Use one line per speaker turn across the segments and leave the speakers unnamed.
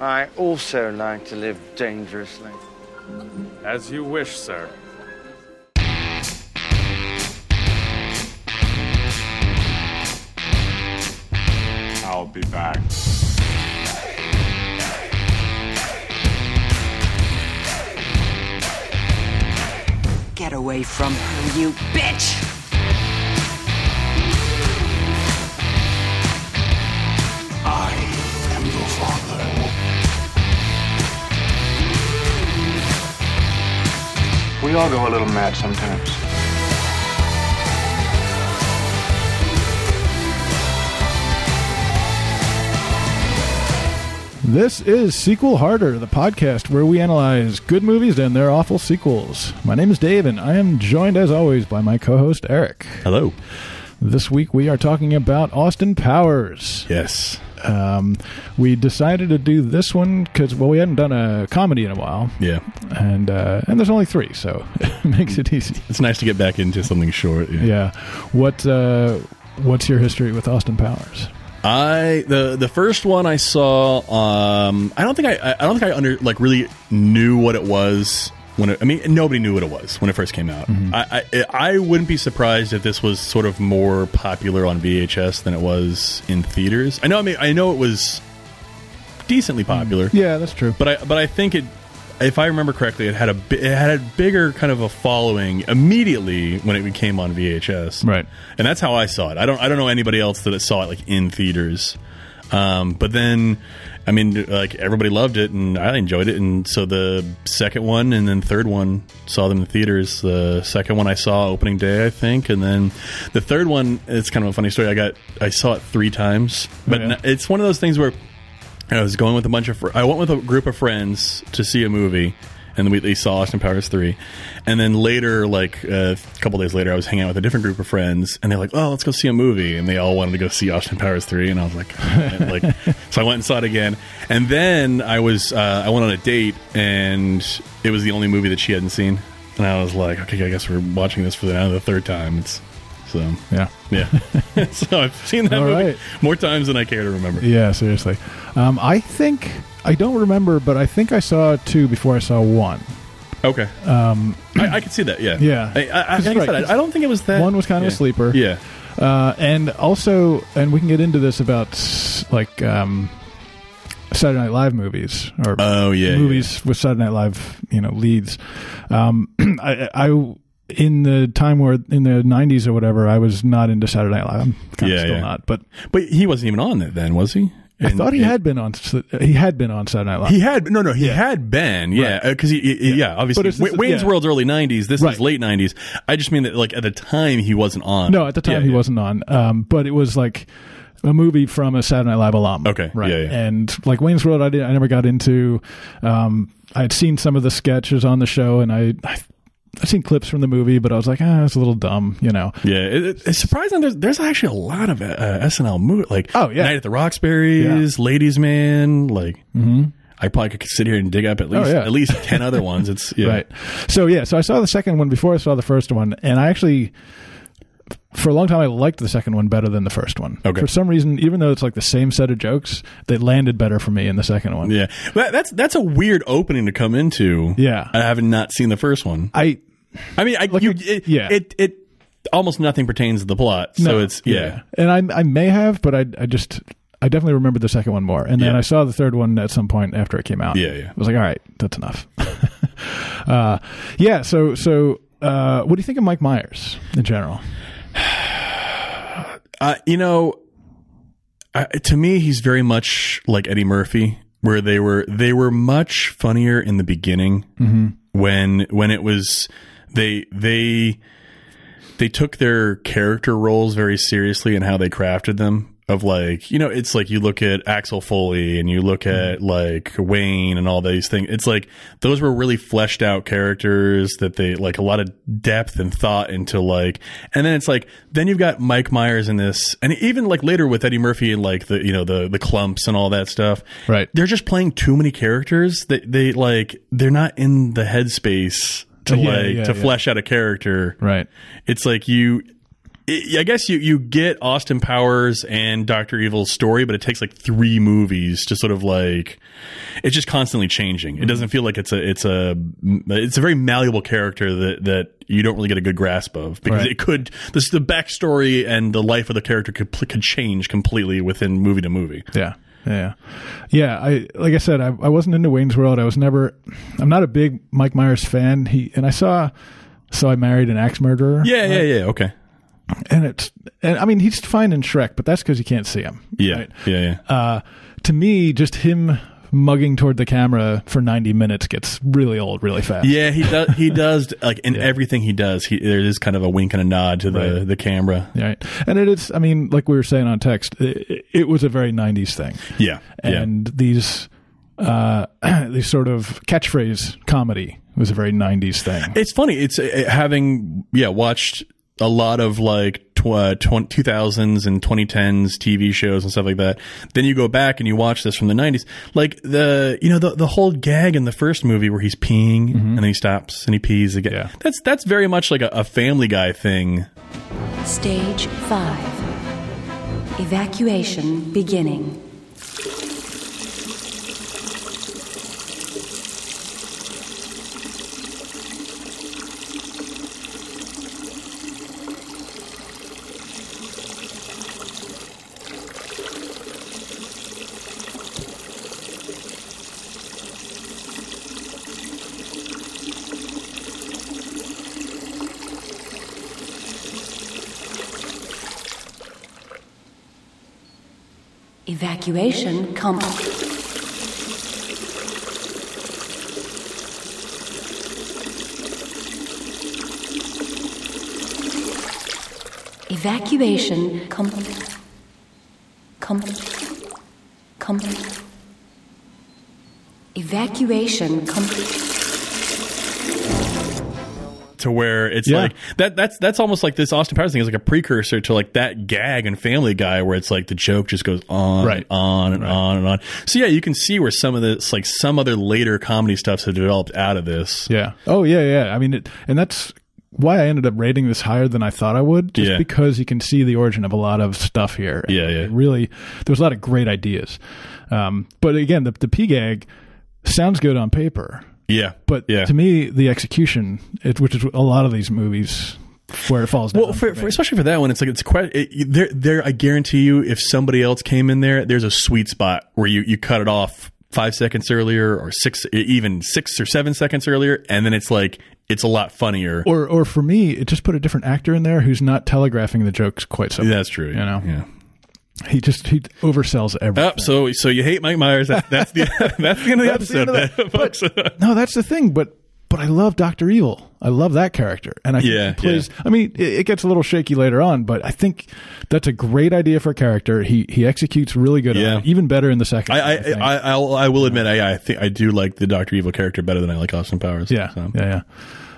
I also like to live dangerously.
As you wish, sir.
I'll be back.
Get away from her, you bitch!
I am the father.
We all go a little mad sometimes.
This is Sequel Harder, the podcast where we analyze good movies and their awful sequels. My name is Dave, and I am joined, as always, by my co host, Eric.
Hello.
This week we are talking about Austin Powers.
Yes.
Um, we decided to do this one because, well, we hadn't done a comedy in a while,
Yeah.
and, uh, and there's only three, so it makes it easy.
It's nice to get back into something short.
Yeah. What, uh, what's your history with Austin Powers?
I the the first one I saw. Um, I don't think I I don't think I under like really knew what it was when it, I mean nobody knew what it was when it first came out.
Mm-hmm.
I, I I wouldn't be surprised if this was sort of more popular on VHS than it was in theaters. I know. I mean I know it was decently popular.
Mm. Yeah, that's true.
but I but I think it, if I remember correctly, it had a bi- it had a bigger kind of a following immediately when it became on VHS,
Right.
And that's how I saw it. I don't I don't know anybody else that saw it like in theaters. Um, but then, I mean, like everybody loved it, and I enjoyed it, and so the second one and then third one saw them in theaters. The second one I saw opening day, I think, and then the third one. It's kind of a funny story. I got I saw it three times, but
Yeah.
n- it's one of those things where and I was going with a bunch of. Fr- I went with a group of friends to see a movie, and we they saw Austin Powers three. And then later, like uh, a couple days later, I was hanging out with a different group of friends, and they're like, "Oh, let's go see a movie," and they all wanted to go see Austin Powers three, and I was like, and, like, so I went and saw it again. And then I was uh, I went on a date, and it was the only movie that she hadn't seen, and I was like, "Okay, I guess we're watching this for the, now the third time." It's so.
Yeah.
Yeah, so I've seen that
All
movie
right.
more times than I care to remember.
Yeah, seriously. Um, I think I don't remember, but I think I saw two before I saw one.
Okay. Um, I, I could see that. Yeah.
Yeah.
I, I, I, like I
Right.
said, I- I don't think it was that.
One was kind of
Eh, yeah.
a sleeper.
Yeah.
uh, and also, and we can get into this about like um, Saturday Night Live movies or
Oh yeah.
movies with Saturday Night Live, you know, leads. Um, I, I in the time where in the '90s or whatever, I was not into Saturday Night Live. I'm kind of
Yeah,
still
yeah.
not, but
yeah. But he wasn't even on it then, was he?
I
And-
thought he
and-
had been on. He had been on Saturday Night Live.
He had no, no. He had been, yeah, because he, he- yeah, obviously.
But it's-
Wa- Wayne's
yeah.
World's early '90s. This
Right.
is late '90s. I just mean that, like at the time, he wasn't on.
No, at the time
Yeah,
he
yeah.
wasn't on. Um, but it was like a movie from a Saturday Night Live alum.
Okay,
right.
yeah, yeah.
And like Wayne's World, I did I never got into. Um, I'd seen some of the sketches on the show, and I. I I've seen clips from the movie, but I was like, ah, it's a little dumb, you know.
Yeah, it, it- it's surprising. There's, there's actually a lot of uh, SNL movies, like
Oh, yeah.
Night at the Roxbury's, Ladies Man. Like, I probably could sit here and dig up at least
Mm-hmm. Oh, yeah.
at least ten other ones. It's yeah.
Right. So yeah, so I saw the second one before I saw the first one, and I actually for a long time I liked the second one better than the first one.
Okay.
For some reason, even though it's like the same set of jokes, they landed better for me in the second one.
Yeah, that, that's that's a weird opening to come into.
Yeah.
I haven't not seen the first one.
I
I mean, I, you, it,
yeah.
it it almost nothing pertains to the plot, so it's yeah,
And I I may have, but I I just I definitely remember the second one more. And then
Yeah.
I saw the third one at some point after it came out.
Yeah, yeah.
I was like, all right, that's enough. uh, yeah. So so uh, what do you think of Mike Myers in general?
Uh, you know, I, to me, he's very much like Eddie Murphy, where they were they were much funnier in the beginning when when it was they they they took their character roles very seriously and how they crafted them. Of like, you know, it's like you look at Axel Foley and you look
Mm-hmm.
at like Wayne and all these things. It's like those were really fleshed out characters that they like a lot of depth and thought into like, and then it's like, then you've got Mike Myers in this, and even like later with Eddie Murphy and like the, you know, the, the clumps and all that stuff.
Right.
They're just playing too many characters that they like, they're not in the headspace to
Yeah,
like,
yeah,
to
yeah.
flesh out a character
Right.
it's like you I guess you you get Austin Powers and Doctor Evil's story, but it takes like three movies to sort of like it's just constantly changing. It
Mm-hmm.
doesn't feel like it's a it's a it's a very malleable character that that you don't really get a good grasp of because
Right.
it could this the backstory and the life of the character could pl- could change completely within movie to movie.
Yeah. Yeah. Yeah. I like I said, I, I wasn't into Wayne's World. I was never I'm not a big Mike Myers fan. He and I saw so I married an axe murderer.
Yeah, yeah, yeah. Okay.
And it's and I mean he's fine in Shrek, but that's because you can't see him.
Yeah,
right?
yeah, yeah.
Uh to me, just him mugging toward the camera for ninety minutes gets really old really fast.
Yeah, he does. He does like in everything he does. He there is kind of a wink and a nod to the
Right.
the camera.
Right. And it is I mean, like we were saying on text, it, it was a very nineties thing.
Yeah,
and these uh these sort of catchphrase comedy was a very 90s thing
yeah. It's funny. It's uh, having yeah watched a lot of like tw- uh, tw- 2000s and 2010s TV shows and stuff like that. Then you go back and you watch this from the 90s. Like the you know the the whole gag in the first movie where he's peeing and then he stops and he pees again.
Yeah.
That's that's very much like a, a Family Guy thing.
Stage 5. Evacuation beginning. Evacuation complete. Evacuation complete. Complete. Complete. Evacuation complete.
to where it's
Yeah.
like that that's that's almost like this Austin Powers thing is like a precursor to like that gag and Family Guy where it's like the joke just goes on
Right.
and on and on and on. So yeah, you can see where some of this like some other later comedy stuffs have developed out of this.
yeah oh yeah yeah i mean it, and that's why i ended up rating this higher than i thought i would just
Yeah.
because you can see the origin of a lot of stuff here And
Yeah, yeah.
it really there's a lot of great ideas um but again the, the p gag sounds good on paper
Yeah.
but
yeah.
to me the execution it, which is a lot of these movies where it falls down
well, for,
me.
for, especially for that one, it's like it's quite it, you- there. There, I guarantee you, if somebody else came in there, there's a sweet spot where you you cut it off five seconds earlier or six, e, even six or seven seconds earlier, and then it's like it's a lot funnier.
or or for me it just put a different actor in there who's not telegraphing the jokes quite so
That's true. You
know?
Yeah.
He just he oversells everything.
Oh, so so you hate Mike Myers? That, that's the that's the end of the
That's the
episode,
end of that.
then, folks.
no, that's the thing. But but I love Doctor Evil. I love that character, and I think
Yeah,
he plays. I mean, it, it gets a little shaky later on, but I think that's a great idea for a character. He he executes really good. on
Yeah.
it, even better in the second.
I I,
one, think.
I, I'll, I will admit I I think I do like the Doctor Evil character better than I like Austin Powers.
yeah,
So.
yeah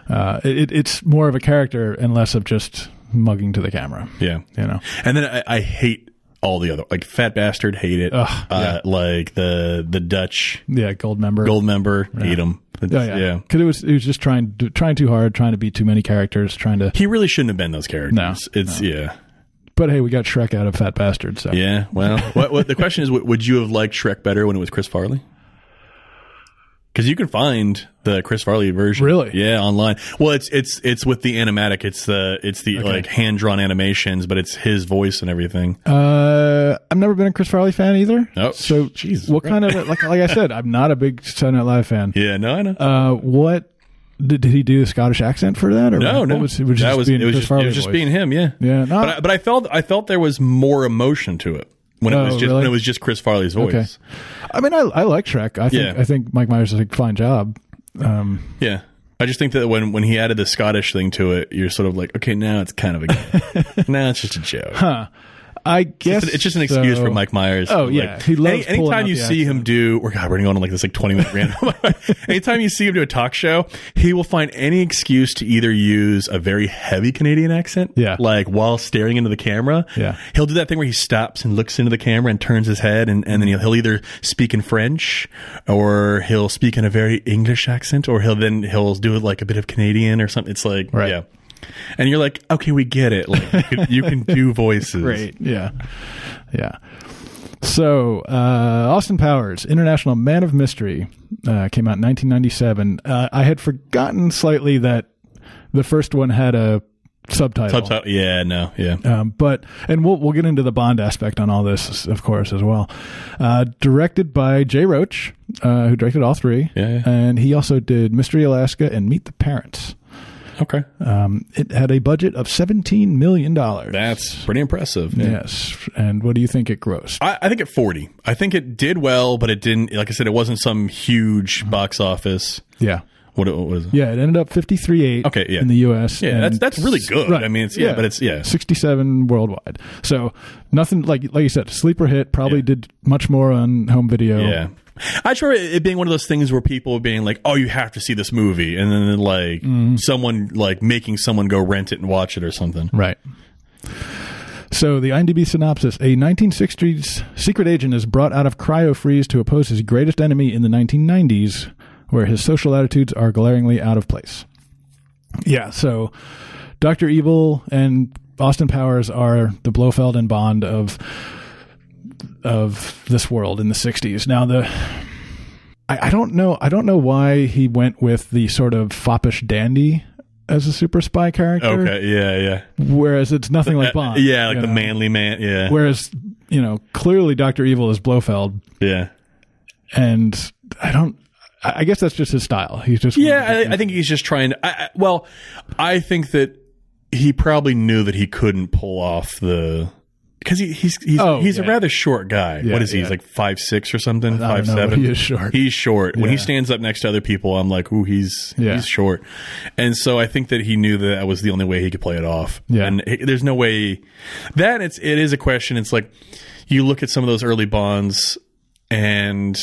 yeah Uh, it, it's more of a character and less of just mugging to the camera.
Yeah.
you know.
And then I, I hate all the other like Fat Bastard, hate it.
Ugh,
uh, Like the the Dutch
Yeah, gold member.
Gold Member, hate him.
Oh, yeah, Because it was it was just trying trying too hard, trying to be too many characters, trying to.
He really shouldn't have been those characters.
No,
it's yeah,
But hey, we got Shrek out of Fat Bastard. So
yeah. Well, what, what the question is, would- would you have liked Shrek better when it was Chris Farley? Because you can find the Chris Farley version,
Really?
Yeah, online. Well, it's it's it's with the animatic. It's the it's the like hand drawn animations, but it's his voice and everything.
Uh, I've never been a Chris Farley fan either.
Oh,
so
Jesus
what kind of like like I said, I'm not a big Saturday Night Live fan.
yeah, no, I know.
Uh, what did, did he do the Scottish accent for that? Or
no,
what
no,
was, it was
that
just
was
being
it was
Chris
just, it
Farley
was just
voice.
being him. Yeah,
Yeah, no.
But I, but I felt I felt there was more emotion to it when
Oh,
it was just
really?
when it was just Chris Farley's voice.
Okay. I mean, I I like Shrek. I think
Yeah.
I think Mike Myers does a fine job. Um,
Yeah. I just think that when, when he added the Scottish thing to it, you're sort of like, okay, now it's kind of a game. now it's just a joke.
I guess
It's, an- it's just an excuse
so.
for Mike Myers.
Oh,
Like,
yeah. He loves pulling
anytime
out
you
the
see him do, or God, we're going to go on like this like 20 minute rant. anytime you see him do a talk show, he will find any excuse to either use a very heavy Canadian accent,
Yeah.
like while staring into the camera.
Yeah.
He'll do that thing where he stops and looks into the camera and turns his head, and, and then he'll, he'll either speak in French or he'll speak in a very English accent, or he'll then he'll do it like a bit of Canadian or something. It's like,
Right.
yeah. and you're like, okay, we get it. Like you can, you can do voices.
Great. Yeah. Yeah. So, uh, Austin Powers, International Man of Mystery, uh, came out in 1997. Uh, I had forgotten slightly that the first one had a subtitle.
Subtitle- Yeah, no, yeah.
Um, but and we'll we'll get into the Bond aspect on all this, of course, as well. Uh, directed by Jay Roach, uh, who directed all three,
Yeah, yeah.
and he also did Mystery Alaska and Meet the Parents.
Okay.
Um, it had a budget of seventeen million dollars.
That's pretty impressive.
yes. And what do you think it grossed?
I, I think at 40. I think it did well, but it didn't, like I said, it wasn't some huge box office.
Yeah.
What, what was it?
Yeah, it ended up fifty three eight.
Okay, yeah.
in the U.S.
Yeah,
and
that's- that's really good. I mean, it's- yeah, but it's- yeah.
sixty seven worldwide. So nothing like like you said, sleeper hit. Probably
Yeah.
did much more on home video.
Yeah. I just remember it being one of those things where people being like, "Oh, you have to see this movie," and then like
Mm-hmm.
someone like making someone go rent it and watch it or something.
Right. So the IMDb synopsis: A 1960s secret agent is brought out of cryo freeze to oppose his greatest enemy in the 1990s, where his social attitudes are glaringly out of place. Yeah. So Doctor Evil and Austin Powers are the Blofeld and Bond of of this world in the 60s. Now the I, I don't know I don't know why he went with the sort of foppish dandy as a super spy character
Okay, yeah, yeah,
whereas it's nothing like
Uh,
Bond.
yeah, like
you
the
know?
manly man, yeah,
Whereas you know clearly Doctor Evil is Blofeld,
yeah,
and I don't. I I guess that's just his style. He's just
yeah. I, I think he's just trying. To, I, I, well, I think that he probably knew that he couldn't pull off the because he, he's he's
Oh,
he's a
yeah.
rather short guy.
Yeah,
what is he?
yeah.
He's like five six or something.
don't
five
know, but
seven.
he is short.
He's short. When he
Yeah.
stands up next to other people, I'm like, ooh, he's
Yeah.
he's short. And so I think that he knew that that was the only way he could play it off.
Yeah.
And it- there's no way that it's it is a question. It's like you look at some of those early Bonds, and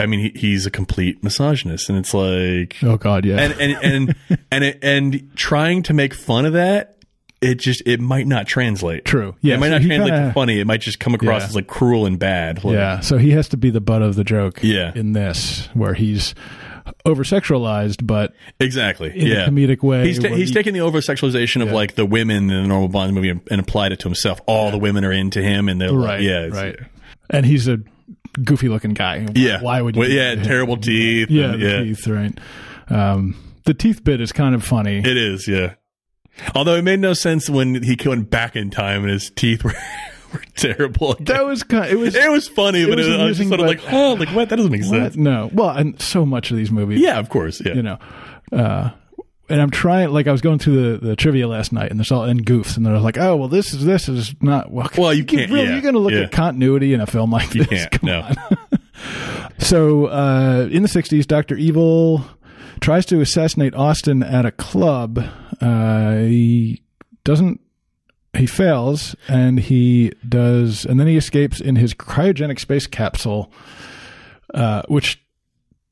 I mean he, he's a complete misogynist, and it's like
oh god, yeah,
and and and and it, and trying to make fun of that it just it might not translate
True. Yeah,
it might
so
not
he
translate
kinda-
to funny it might just come across
Yeah.
as like cruel and bad Like,
yeah. So he has to be the butt of the joke.
Yeah.
in this where he's over sexualized, but
exactly
In a
yeah
comedic way,
he's, ta-
where
he's
you-
taking the over sexualization of like the women in the normal bond movie and, and applied it to himself all the women are into him and they're
right,
like yeah it's-
right. And he's a goofy looking guy.
yeah
Why would you?
Well,
do
yeah
that to him?
terrible teeth
Yeah,
and-
the teeth. Right. Um, the teeth bit is kind of funny.
It is, yeah. Although it made no sense when he went back in time and his teeth were, were terrible.
that was kind. It was.
it was funny,
it
but
was
it- I was
amusing,
just sort of
but-
like, oh, like what? That doesn't make
what?
sense.
No. Well, and so much of these movies.
Yeah, of course. Yeah,
you know. Uh, and I'm trying, like, I was going through the, the trivia last night, and there's all and goofs, and they're like, "Oh, well, this is this is not well."
Well, you can't-
Really,
yeah,
you're going to look
yeah.
at continuity in a film like
you
this?
can't.
Come
no,
on. So, uh, in the '60s, Doctor Evil tries to assassinate Austin at a club. Uh, he doesn't. He fails, and he does, and then he escapes in his cryogenic space capsule, uh, which.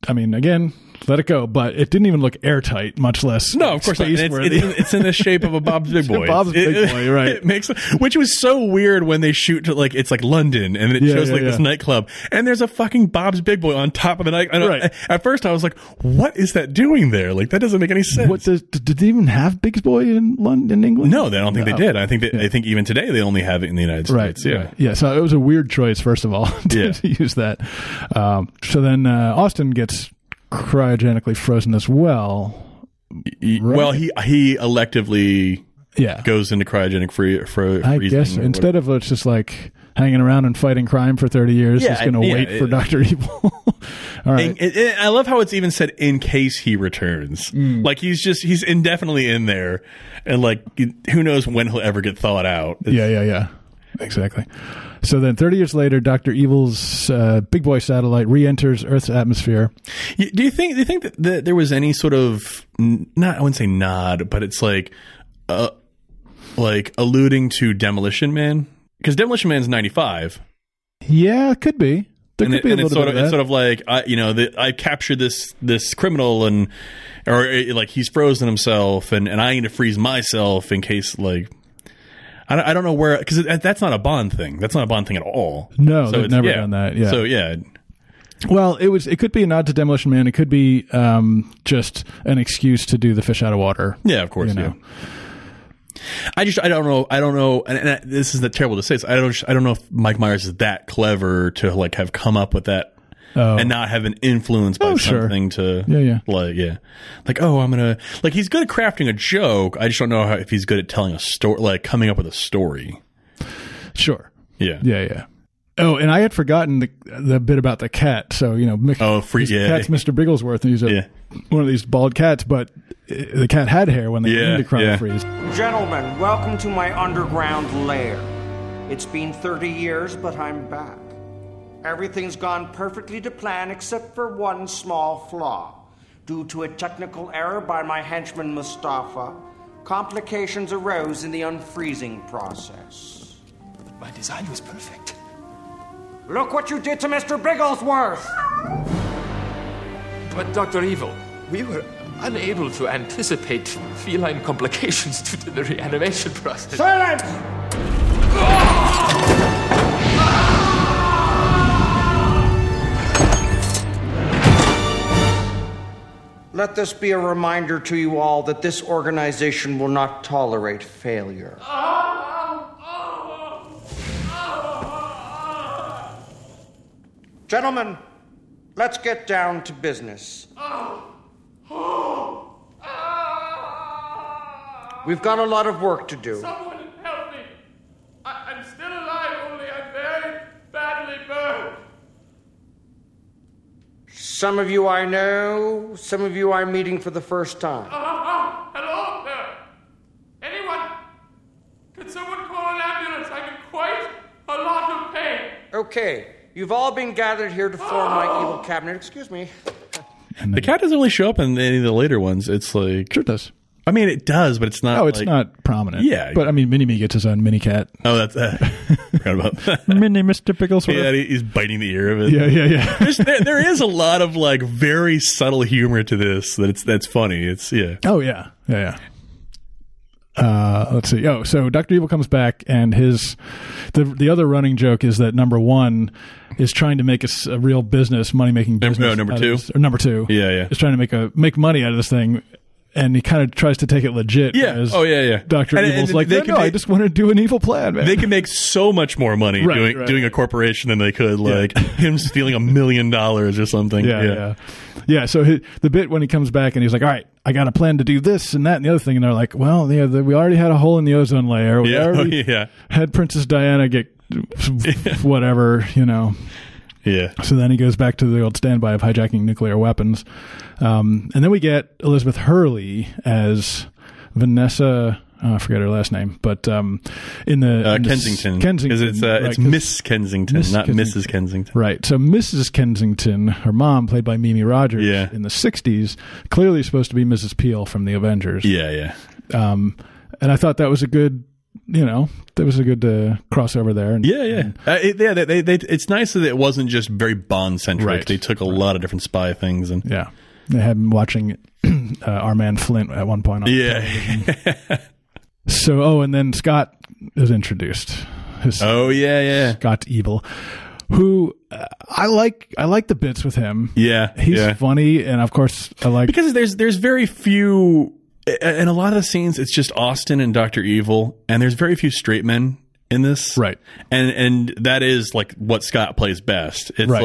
I mean, again, let it go, but it didn't even look airtight, much less
no, of course not. And It's,
space-worthy.
it's in- it's in the shape of a Bob's Big Boy.
Bob's
It-
Big Boy, right.
It makes which was so weird when they shoot to like it's like London and it
Yeah,
shows
yeah,
like this
yeah.
nightclub and there's a fucking Bob's Big Boy on top of the night. I don't-
Right.
At first, I was like, what is that doing there? Like that doesn't make any sense.
What does, did they even have Big Boy in London, in England?
No, they don't think they did. I think that, I think even today they only have it in the United
Right.
States. Yeah.
right. Yeah. So it was a weird choice, first of all, to,
Yeah.
to use that. Um, so then uh, Austin gets cryogenically frozen as well.
He- Well, he he electively
Yeah.
goes into cryogenic free, fro,
I
freezing
guess
or
instead of it's just like hanging around and fighting crime for 30 years,
Yeah,
he's going to
yeah,
wait for
it-
Dr. Evil. all
whatever.
right.
And- and- and I love how it's even said in case he returns.
Mm.
Like he's just he's indefinitely in there, and like who knows when he'll ever get thawed out. It's-
Yeah, yeah, yeah. Exactly. So then 30 years later, Dr. Evil's uh, Big Boy satellite re enters Earth's atmosphere.
Y- Do you think do you think that, that there was any sort of n- not I wouldn't say nod, but it's like uh like alluding to Demolition Man because Demolition Man's ninety five.
Yeah, it could be. There
and
could
it-
be a
and it's
little bit
sort of,
of that.
it's sort of like I, you know, the, I captured this this criminal and or uh, like he's frozen himself, and and I need to freeze myself in case like. I don't, I don't know where because that's not a Bond thing. That's not a Bond thing at all.
No, they've
it's-
never done that, yeah.
So yeah,
Well, it was. It could be a nod to Demolition Man. It could be um, just an excuse to do the fish out of water.
yeah. Of course.
You know.
yeah. I just I don't know I don't know and, and I- this is terrible to say this I don't I don't know if Mike Myers is that clever to like have come up with that and not have an influence by
Oh, sure.
something to
Yeah, yeah.
like yeah like oh I'm gonna like he's good at crafting a joke I just don't know how, if he's good at telling a story like coming up with a story
Sure.
yeah
Yeah, yeah. Oh, and I had forgotten the the bit about the cat. So you know, Mick,
Oh, free-
his
yeah.
cat's Mr. Bigglesworth, and he's a,
Yeah.
one of these bald cats. But uh, the cat had hair when they
Yeah,
came to Chrono
yeah.
Freeze.
Gentlemen, welcome to my underground lair. It's been 30 years, but I'm back. Everything's gone perfectly to plan except for one small flaw. Due to a technical error by my henchman Mustafa, complications arose in the unfreezing process.
My design was perfect.
Look what you did to Mr. Bigglesworth!
But Dr. Evil, we were unable to anticipate feline complications due to the reanimation process.
Silence! Let this be a reminder to you all that this organization will not tolerate failure. Gentlemen, let's get down to business. We've got a lot of work to do.
Ah! Someone help me! I- I'm still alive, only I'm very badly burned.
Some of you I know, some of you I'm meeting for the first time.
Ah, hello there! Anyone? Can someone call an ambulance? I'm in quite a lot of pain.
Okay, you've all been gathered here to form my evil cabinet. Excuse me.
the cat doesn't really show up in any of the later ones it's like
Sure does.
I mean it does but it's not
Oh, it's
like-
not prominent.
Yeah.
but I mean, Mini Me gets his own mini cat.
oh that's uh, forgot about that.
Mini Mister Bigglesworth.
Yeah, he- he's biting the ear of it.
yeah, yeah, yeah.
There's, there, there is a lot of like very subtle humor to this that it's that's funny. It's yeah.
Oh yeah, yeah, yeah. Uh, let's see. Oh, so Doctor Evil comes back, and his the the other running joke is that number one is trying to make a, s- a real business, money making
Number-
business.
no, number
out of
two?
this- or number two,
Yeah, yeah.
is trying to make a make money out of this thing, and he kind of tries to take it legit.
Yeah.
whereas
Oh, yeah, yeah.
Doctor
And-
Evil's
and
like,
they
no,
can
no, I
make-
just want to do an evil plan, man.
They can make so much more money
Right,
doing
right.
doing a corporation than they could like him stealing a million dollars or something.
yeah, yeah, yeah. so he, the bit when he comes back and he's like, "All right, I got a plan to do this and that and the other thing," and they're like, "Well, yeah, the, we already had a hole in the ozone layer. We
Yeah, oh,
already
yeah.
had Princess Diana get whatever, you know."
yeah.
So then he goes back to the old standby of hijacking nuclear weapons, um, and then we get Elizabeth Hurley as Vanessa. oh, I forget her last name, but um, in the
Uh,
in the s-
Kensington. 'Cause
Kensington,
It's, uh,
right,
it's
'cause-
Miss Kensington,
Miss
not
Kensington.
Mrs. Kensington.
Right. So Mrs. Kensington, her mom, played by Mimi Rogers
Yeah.
in the 60s, clearly supposed to be Mrs. Peel from The Avengers.
Yeah, yeah.
Um, and I thought that was a good, you know, that was a good uh, crossover there. And,
Yeah, yeah. Uh, it, yeah, they, they, they, it's nice that it wasn't just very Bond centric.
Right.
They took a lot of different spy things and
Yeah. They had him watching uh, our man Flint at one point. On
yeah.
So, oh, and then Scott is introduced. His
oh yeah, yeah,
Scott Evil, who uh, I like. I like the bits with him.
yeah.
He's
yeah.
funny, and of course, I like.
because there's there's very few in a lot of the scenes it's just austin and dr evil and there's very few straight men in this
Right.
and and that is like what scott plays best it's
Right.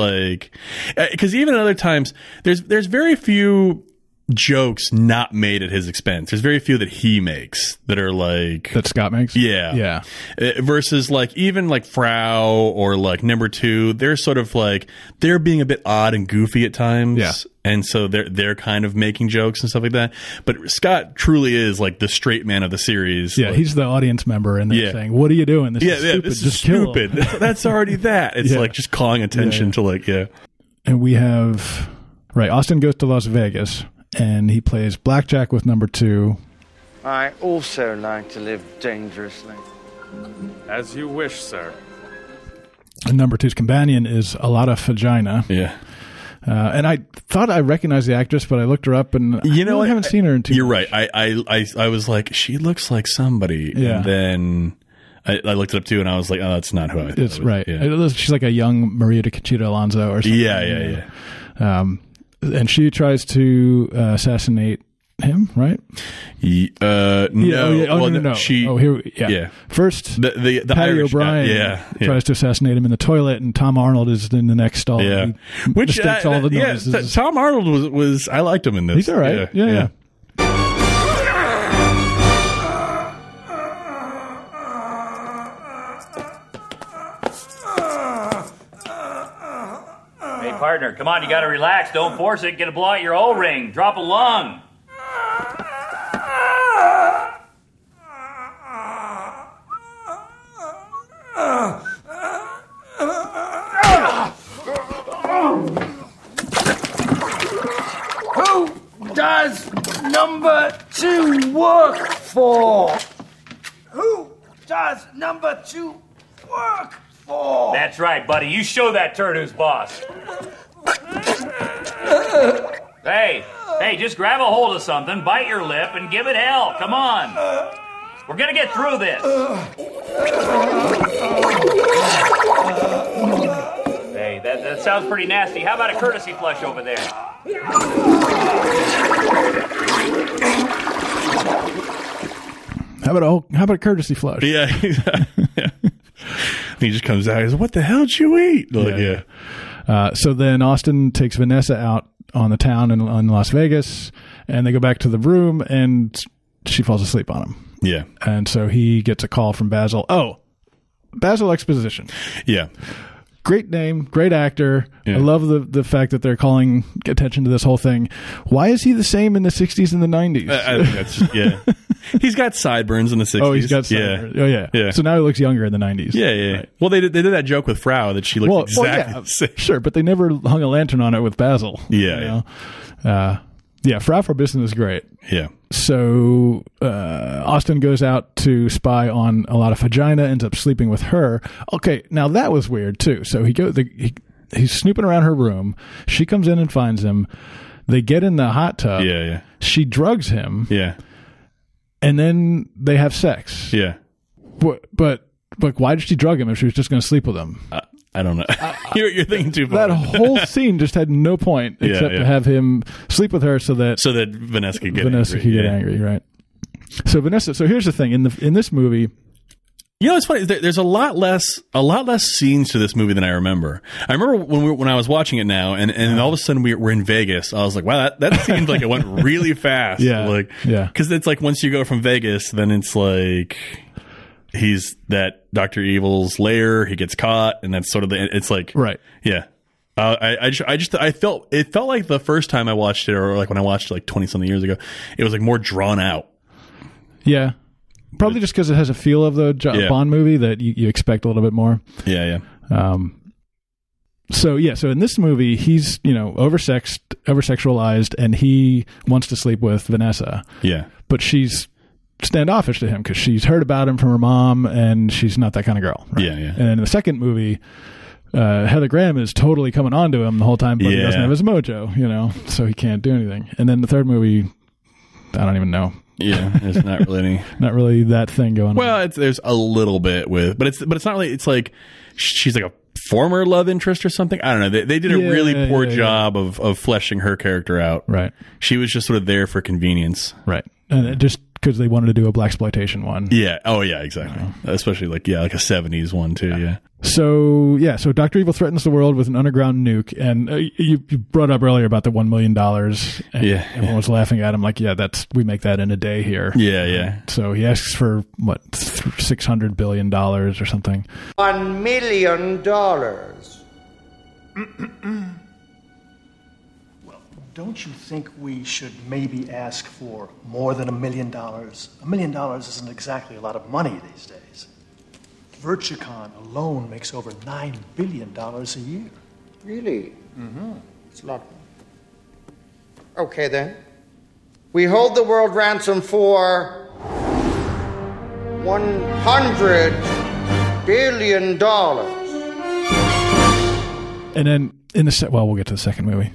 like because even at other times there's there's very few jokes not made at his expense there's very few that he makes that are like
that Scott makes.
yeah.
Yeah.
Uh, Versus like even like Frau or like number two, they're sort of like they're being a bit odd and goofy at times.
Yeah.
And so they're they're kind of making jokes and stuff like that. But Scott truly is like the straight man of the series.
Yeah,
Like,
he's the audience member, and they're
Yeah.
saying, "What are you doing? This
yeah,
is
yeah,
stupid.
this is
Just kill him."
stupid. That's, that's already that. It's
Yeah.
like just calling attention to like yeah.
And we have right. Austin goes to Las Vegas, and he plays blackjack with number two.
I also like to live dangerously.
As you wish, sir.
And number two's companion is Alada Fagina.
Yeah.
Uh, and I thought I recognized the actress, but I looked her up, and
You know
I really
what?
haven't seen her in two.
You're right. I, I I I was like, she looks like somebody.
Yeah.
And then I, I looked it up too and I was like, oh that's not who I thought
It's
it was.
right.
Yeah.
It looks- She's like a young Maria de Conchita Alonso, or something.
yeah, yeah, yeah.
Um, and she tries to uh, assassinate him, right?
Ye- uh, no,
Yeah, oh, yeah, oh,
well,
no, no, no.
She,
oh, here, yeah.
yeah.
First,
the the, the
Patty
Irish guy,
O'Brien
yeah, yeah.
tries to assassinate him in the toilet, and Tom Arnold is in the next stall.
yeah,
He mistakes
uh,
all the
yeah,
noises.
th- Tom Arnold was was I liked him in this.
He's all right. Yeah, yeah.
Hey, partner, come on, you gotta relax. Don't force it. Get a blow out your O ring. Drop a lung.
Who does number two work for? Who does number two work for?
That's right, buddy. You show that turd who's boss. hey, hey, just grab a hold of something, bite your lip, and give it hell. Oh, Come on. We're gonna get through this. Hey, that, that sounds pretty nasty. How about a courtesy flush over there?
How about a whole, how about a courtesy flush?
Yeah. yeah. he just comes out. He's like, "What the hell did you eat?" Like, yeah.
Uh, so then Austin takes Vanessa out on the town in, in Las Vegas, and they go back to the room, and she falls asleep on him.
yeah,
And so he gets a call from Basil. Oh, Basil Exposition.
yeah,
Great name, great actor.
Yeah.
I love the, the fact that they're calling attention to this whole thing. Why is he the same in the 60s and the 90s?
I, I think that's yeah. he's got sideburns in the sixties.
oh, he's got some.
yeah,
Oh, yeah.
yeah.
So now he looks younger in the 90s.
yeah, yeah. Well, they did, they did that joke with Frau that she looked
Well, well,
exactly the same.
yeah, sure, but they never hung a lantern on it with Basil.
Yeah,
yeah. Uh, yeah, Frau for Business is great.
Yeah,
so uh, Austin goes out to spy on a lot of vagina, ends up sleeping with her. Okay, now that was weird too. So he goes, the, he, he's snooping around her room. She comes in and finds him. They get in the hot tub.
yeah, yeah,
She drugs him,
yeah,
and then they have sex.
yeah.
But, but but why did she drug him if she was just going to sleep with him?
I don't know. you're, you're thinking too far.
that whole scene just had no point
Yeah,
except
yeah.
to have him sleep with her so that
so that Vanessa could get
Vanessa
angry.
could get
yeah.
angry, right? So Vanessa. So here's the thing in the in this movie.
You know, it's funny. There, there's a lot less, a lot less scenes to this movie than I remember. I remember when we, when I was watching it now, and, and all of a sudden we, we're in Vegas. I was like, wow, that, that seemed like it went really fast.
Yeah,
like
yeah.
because it's like once you go from Vegas, then it's like he's that Doctor Evil's lair. He gets caught, and that's sort of the. It's like
Right.
yeah. Uh, I, I just I just I felt it felt like the first time I watched it, or like when I watched it like twenty something years ago, it was like more drawn out.
Yeah. Probably just because it has a feel of the jo-
Yeah.
Bond movie that you, you expect a little bit more.
Yeah, yeah,
Um, so yeah, so in this movie, he's you know oversexed, oversexualized, and he wants to sleep with Vanessa,
yeah,
but she's standoffish to him because she's heard about him from her mom, and she's not that kind of girl.
Yeah, yeah.
And in the second movie, uh, Heather Graham is totally coming on to him the whole time, but he
Yeah.
doesn't have his mojo, you know, so he can't do anything. And then the third movie, I don't even know,
yeah. There's not really any.
not really that thing going on.
Well, it's, there's a little bit with, but it's but it's not really. It's like she's like a former love interest or something. I don't know. They, they did a
Yeah,
really poor
yeah, yeah.
job of of fleshing her character out.
right.
She was just sort of there for convenience.
Right. And it just because they wanted to do a black exploitation one.
Yeah. Oh yeah. Exactly. Especially like yeah, like a '70s one too. Yeah.
So yeah, so Doctor Evil threatens the world with an underground nuke, and uh, you, you brought up earlier about the one million dollars.
Yeah.
Everyone was laughing at him like, yeah, that's we make that in a day here.
Yeah. Yeah.
So he asks for what six hundred billion dollars or something.
One million dollars.
Don't you think we should maybe ask for more than a million dollars? A million dollars isn't exactly a lot of money these days. Virtucon alone makes over $9 billion a year.
Really? It's a lot. Okay, then. We hold the world ransom for $100 billion.
And then in the se- well, we'll get to the second movie,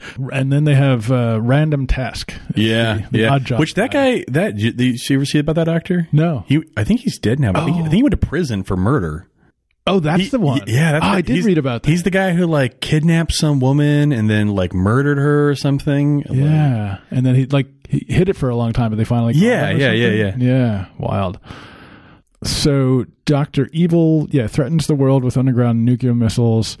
and then they have uh, random task.
Yeah,
the
yeah.
odd job
Which that guy, that did you, did you ever see about that actor?
No.
he. I think he's dead now. But I, think, I think he went to prison for murder.
Oh, that's
He-
the one.
he- yeah, that's
Oh,
the-
I did
he's-
read about that.
He's the guy who like kidnapped some woman and then like murdered her or something.
yeah, and then he like he hid it for a long time, but they finally caught
Yeah,
him or
yeah, yeah,
something? yeah. Wild. So Doctor Evil, yeah, threatens the world with underground nuclear missiles.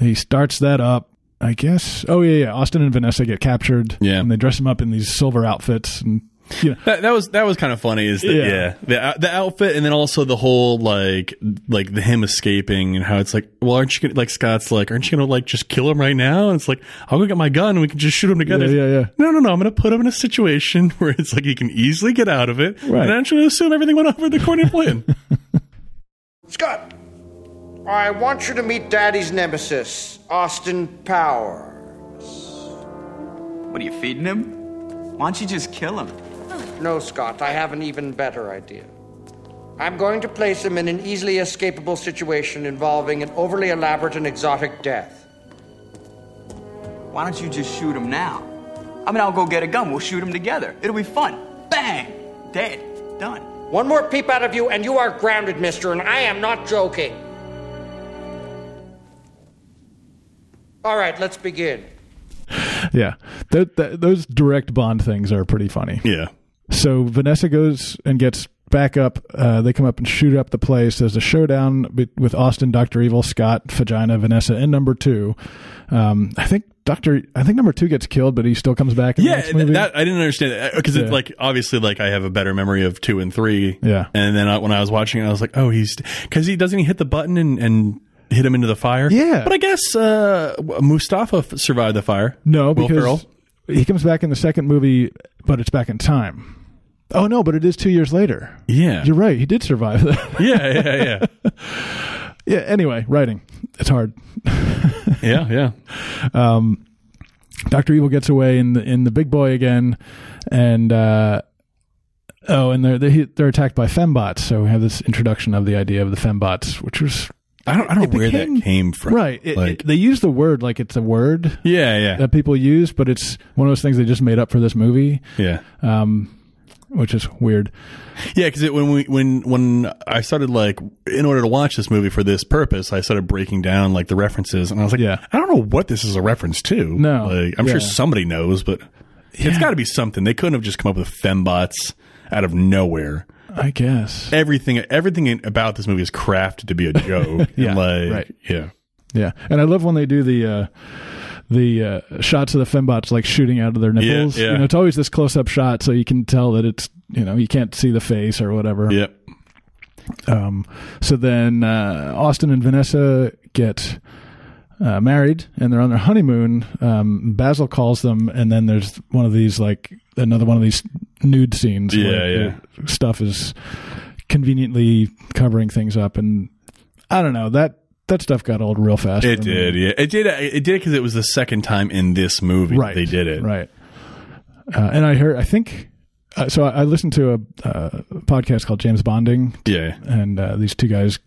He starts that up. I guess. Oh yeah, yeah. Austin and Vanessa get captured.
Yeah.
and they dress him up in these silver outfits, and you know,
That, that was that was kind of funny. Is that
Yeah.
yeah. the uh, the outfit and then also the whole like like the him escaping and how it's like well aren't you gonna, like Scott's like aren't you gonna like just kill him right now and it's like I'll go get my gun and we can just shoot him together.
Yeah, yeah, yeah.
No, no, no. I'm gonna put him in a situation where it's like he can easily get out of it.
Right.
And I'm just gonna assume everything went over the according to plan.
Scott, I want you to meet Daddy's nemesis, Austin Powers.
What are you feeding him? Why don't you just kill him?
No, Scott, I have an even better idea. I'm going to place him in an easily escapable situation involving an overly elaborate and exotic death.
Why don't you just shoot him now? I mean, I'll go get a gun. We'll shoot him together. It'll be fun. Bang! Dead. Done.
One more peep out of you, and you are grounded, mister, and I am not joking. All right, let's begin.
yeah. Th th those direct Bond things are pretty funny.
Yeah.
So Vanessa goes and gets back up. Uh, they come up and shoot up the place. There's a showdown be- with Austin, Doctor Evil, Scott, Vagina, Vanessa, and Number Two. Um, I think Doctor, I think Number Two gets killed, but he still comes back. In the
Yeah,
next movie.
that, I didn't understand that because
Yeah.
it like obviously like I have a better memory of two and three.
Yeah.
and then I, when I was watching it, I was like, oh, he's because he doesn't he hit the button and and hit him into the fire.
Yeah.
but I guess uh, Mustafa f- survived the fire.
no,
Will
because
Ferrell.
he comes back in the second movie, but it's back in time. Oh no, but it is two years later.
Yeah.
you're right. He did survive that.
yeah, yeah,
yeah. Anyway, writing it's hard.
yeah, yeah, yeah.
um, Doctor Evil gets away in the in the big boy again, and uh, oh, and they're they, they're attacked by fembots. So we have this introduction of the idea of the fembots, which was
I don't I don't know where that came from.
right. It-
like
it- they use the word like it's a word
yeah, yeah,
that people use, but it's one of those things they just made up for this movie,
yeah.
um, which is weird.
Yeah, because when we when when I started like in order to watch this movie for this purpose, I started breaking down like the references, and I was like,
Yeah.
I don't know what this is a reference to.
No.
like I'm sure
Yeah.
somebody knows, but it's got to be something. They couldn't have just come up with fembots out of nowhere.
I guess.
Everything everything in- about this movie is crafted to be a joke.
Yeah,
and, like,
right.
Yeah,
Yeah, and I love when they do the uh, the uh, shots of the fembots like shooting out of their nipples.
yeah.
You know, it's always this close up shot, so you can tell that it's you know you can't see the face or whatever.
yep.
Um, so then uh, Austin and Vanessa get. Uh, married and they're on their honeymoon. Um, Basil calls them, and then there's one of these like another one of these nude scenes.
Yeah, yeah.
the Stuff is conveniently covering things up, and I don't know that that stuff got old real fast.
It
for me.
did. Yeah, it did. It did because it was the second time in this movie
Right.
they did it.
Right. Uh, and I heard, I think, uh, so I, I listened to a uh, podcast called James Bonding,
Yeah.
and uh, these two guys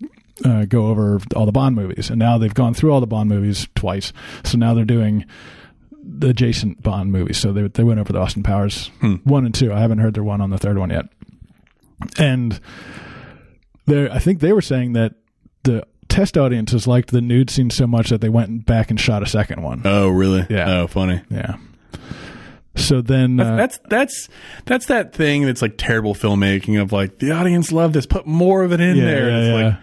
uh, go over all the Bond movies. And now they've gone through all the Bond movies twice. So now they're doing the adjacent Bond movies. So they, they went over the Austin Powers
Hmm.
one and two. I haven't heard their one on the third one yet. And there, I think they were saying that the test audiences liked the nude scene so much that they went back and shot a second one.
Oh, really?
Yeah.
Oh, funny.
Yeah. So then, uh,
that's that's that's that thing that's like terrible filmmaking of like the audience loved this, put more of it in
Yeah,
there.
yeah,
it's
yeah.
like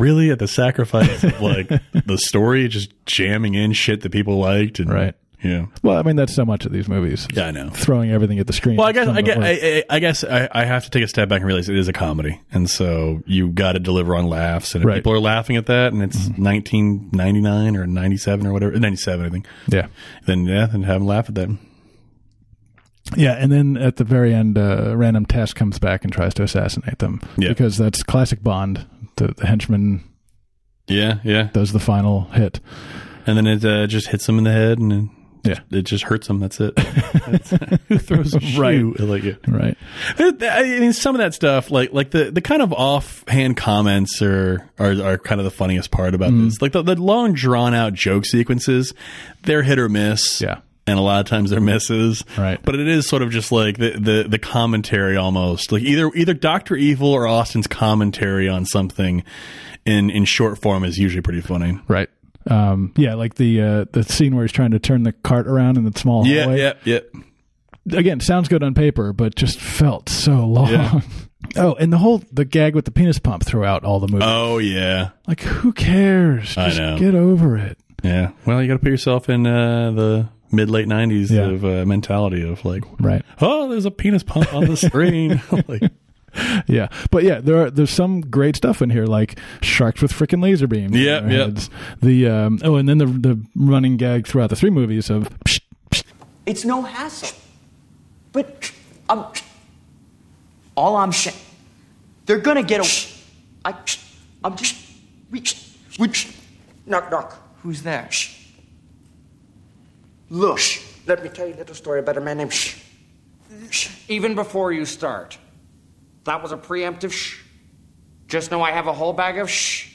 really at the sacrifice of like the story, just jamming in shit that people liked and
Right.
Yeah.
well, I mean, that's so much of these movies.
Yeah, I know.
Throwing everything at the screen.
Well, I guess
Some
I
of
guess
it
I,
works.
I, I guess I, I have to take a step back and realize it is a comedy, and so you got to deliver on laughs, and if
Right.
people are laughing at that, and it's 1999 or 97 or whatever, 97 I think,
yeah,
then yeah, then have them laugh at that.
yeah, and then at the very end, uh, random Task comes back and tries to assassinate them
Yeah.
because that's classic Bond. The, the henchman
Yeah, yeah,
does the final hit.
and then it uh, just hits them in the head, and. It,
Yeah,
it just hurts them. That's it. Who throws a shoe?
Right.
Like it.
right.
I mean, some of that stuff, like like the, the kind of offhand comments are, are are kind of the funniest part about this. Like the, the long drawn out joke sequences, they're hit or miss.
Yeah.
And a lot of times they're misses.
Right.
But it is sort of just like the, the, the commentary almost. Like either either Doctor Evil or Austin's commentary on something in in short form is usually pretty funny.
Right. Um, yeah, like the uh, the scene where he's trying to turn the cart around in the small
Yeah,
hallway.
yeah, yeah.
Again, sounds good on paper, but just felt so long.
Yeah.
oh, and the whole the gag with the penis pump throughout all the movie.
Oh yeah.
Like who cares?
I
Just
know.
get over it.
Yeah. Well, you got to put yourself in uh, the mid late nineties
Yeah.
of uh, mentality of like,
Right.
oh, there's a penis pump on the screen. like,
Yeah, but yeah, there are there's some great stuff in here, like sharks with freaking laser beams. on
Yep,
their
yep.
heads. The um, oh, and then the the running gag throughout the three movies of psh,
It's no hassle. But I'm. All I'm saying, they're gonna get a. I. I'm just. We. We.
Knock, knock.
Who's there?
Look, let me tell you a little story about a man named Shh. Shh. Even before you start, that was a preemptive shh. Just know I have a whole bag of shh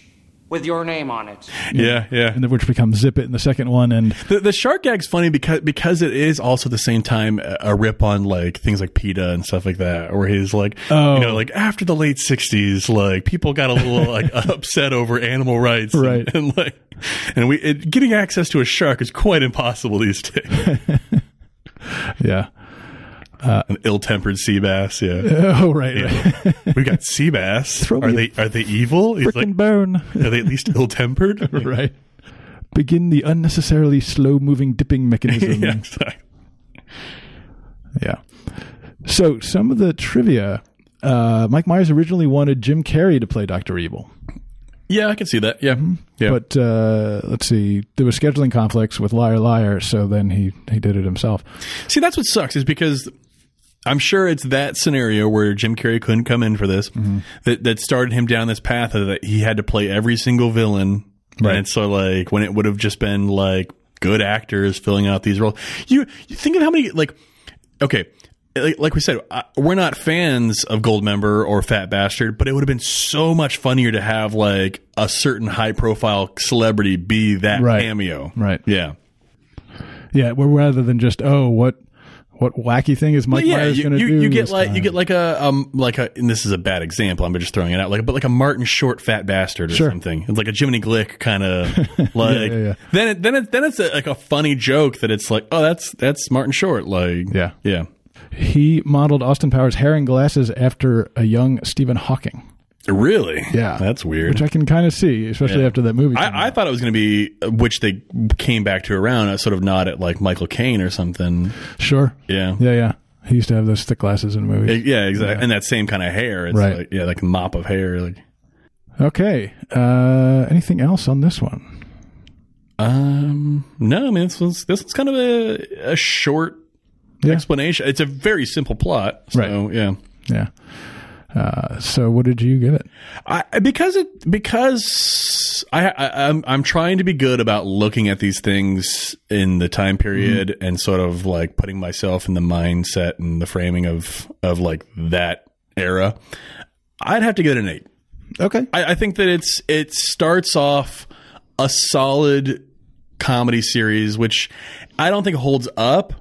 with your name on it.
yeah, yeah.
and then which becomes zip it in the second one, and
The, the shark gag's funny because because it is also at the same time a, a rip on like things like PETA and stuff like that, where he's like,
Oh.
you know, like after the late '60s, like people got a little like upset over animal rights, and-
Right.
And, like, and we it, getting access to a shark is quite impossible these days.
yeah,
An ill-tempered sea bass, yeah.
Oh, right,
We've got sea bass.
Throw
are
me
they are they evil? He's
freaking
like,
bone.
are they at least ill-tempered?
right. Begin the unnecessarily slow moving dipping mechanism.
yeah, exactly.
Yeah. So some of the trivia. Uh, Mike Myers originally wanted Jim Carrey to play Doctor Evil.
Yeah, I can see that. Yeah, Hmm. yeah.
But uh, let's see, there was scheduling conflicts with Liar Liar, so then he he did it himself.
See, that's what sucks is because I'm sure it's that scenario where Jim Carrey couldn't come in for this
Mm-hmm.
that that started him down this path of that he had to play every single villain.
Right.
And so like when it would have just been like good actors filling out these roles. You, you think of how many like okay, like, like we said, I, we're not fans of Goldmember or Fat Bastard, but it would have been so much funnier to have like a certain high profile celebrity be that
Right.
cameo.
Right.
Yeah.
Yeah, well, rather than just oh, what what wacky thing is Mike
Well,
Myers
you,
going to
you,
do?
you get
this
like you
time?
get like a um like a and this is a bad example. I'm just throwing it out like but like a Martin Short fat bastard or
Sure.
something. It's like a Jiminy Glick kind of like
yeah, yeah.
then it, then it, then it's a, like a funny joke that it's like oh that's that's Martin Short like
Yeah.
yeah
he modeled Austin Powers' hair and glasses after a young Stephen Hawking,
really
Yeah.
that's weird.
which I can kind of see, especially
Yeah.
after that movie. came
I, I
out.
thought it was going to be uh, which they came back to around a sort of nod at like Michael Caine or something.
sure.
Yeah.
Yeah, yeah. He used to have those thick glasses in movies.
Yeah, exactly. And that same kind of hair. It's
Right.
Like, yeah, like a mop of hair. Like,
okay. Uh, anything else on this one?
Um, no, I mean this was this was kind of a a short
Yeah.
explanation. It's a very simple plot, so
Right.
yeah.
Yeah. Uh, so what did you give it?
I I- because it because I, I I'm I'm trying to be good about looking at these things in the time period and sort of like putting myself in the mindset and the framing of of like that era. I'd have to give it an eight.
Okay.
I, I think that it's it starts off a solid comedy series, which I don't think holds up,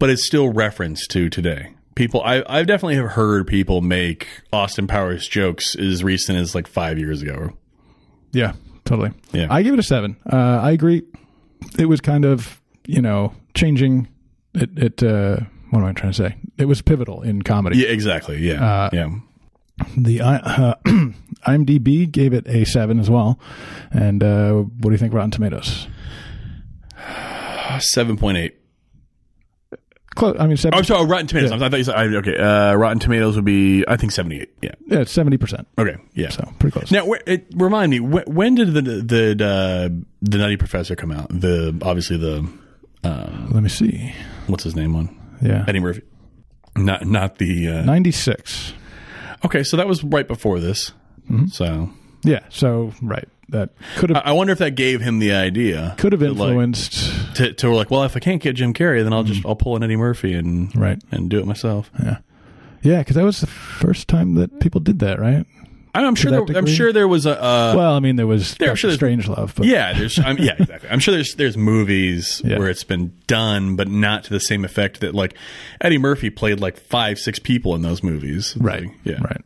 but it's still referenced to today. People, I, I definitely have heard people make Austin Powers jokes as recent as like five years ago.
Yeah, totally.
Yeah.
I give it a seven. Uh, I agree. It was kind of you know changing. It it uh, what am I trying to say? It was pivotal in comedy.
Yeah, exactly. Yeah, yeah.
The I uh, IMDb gave it a seven as well. And uh, what do you think Rotten Tomatoes?
Seven point eight.
Close. I mean,
Oh,
seven.
I'm sorry, Rotten Tomatoes. I thought you said I, okay. Uh, Rotten Tomatoes would be, I think, seventy eight. Yeah.
Yeah, it's seventy percent.
Okay. Yeah.
So pretty close.
Now, where, it, remind me, when, when did the the uh, the Nutty Professor come out? The obviously the
Let me see.
what's his name one?
Yeah.
Eddie Murphy. Not not the uh,
Ninety six.
okay. So that was right before this. So
Yeah. So right. That could
I,
have
I wonder if that gave him the idea.
could have
to, like-
influenced.
to, to like. Well, if I can't get Jim Carrey, then I'll just I'll pull an Eddie Murphy and
Right.
and do it myself.
Yeah, because that was the first time that people did that, right?
I- I'm sure.
that
There, I'm
degree?
sure there was a. Uh,
well, I mean, there was
there-
Doctor
sure there's-
Strange Love, but
yeah, there's. I'm, yeah, exactly. I'm sure there's there's movies
Yeah.
where it's been done, but not to the same effect that like Eddie Murphy played like five six people in those movies.
Right.
Like, yeah.
Right.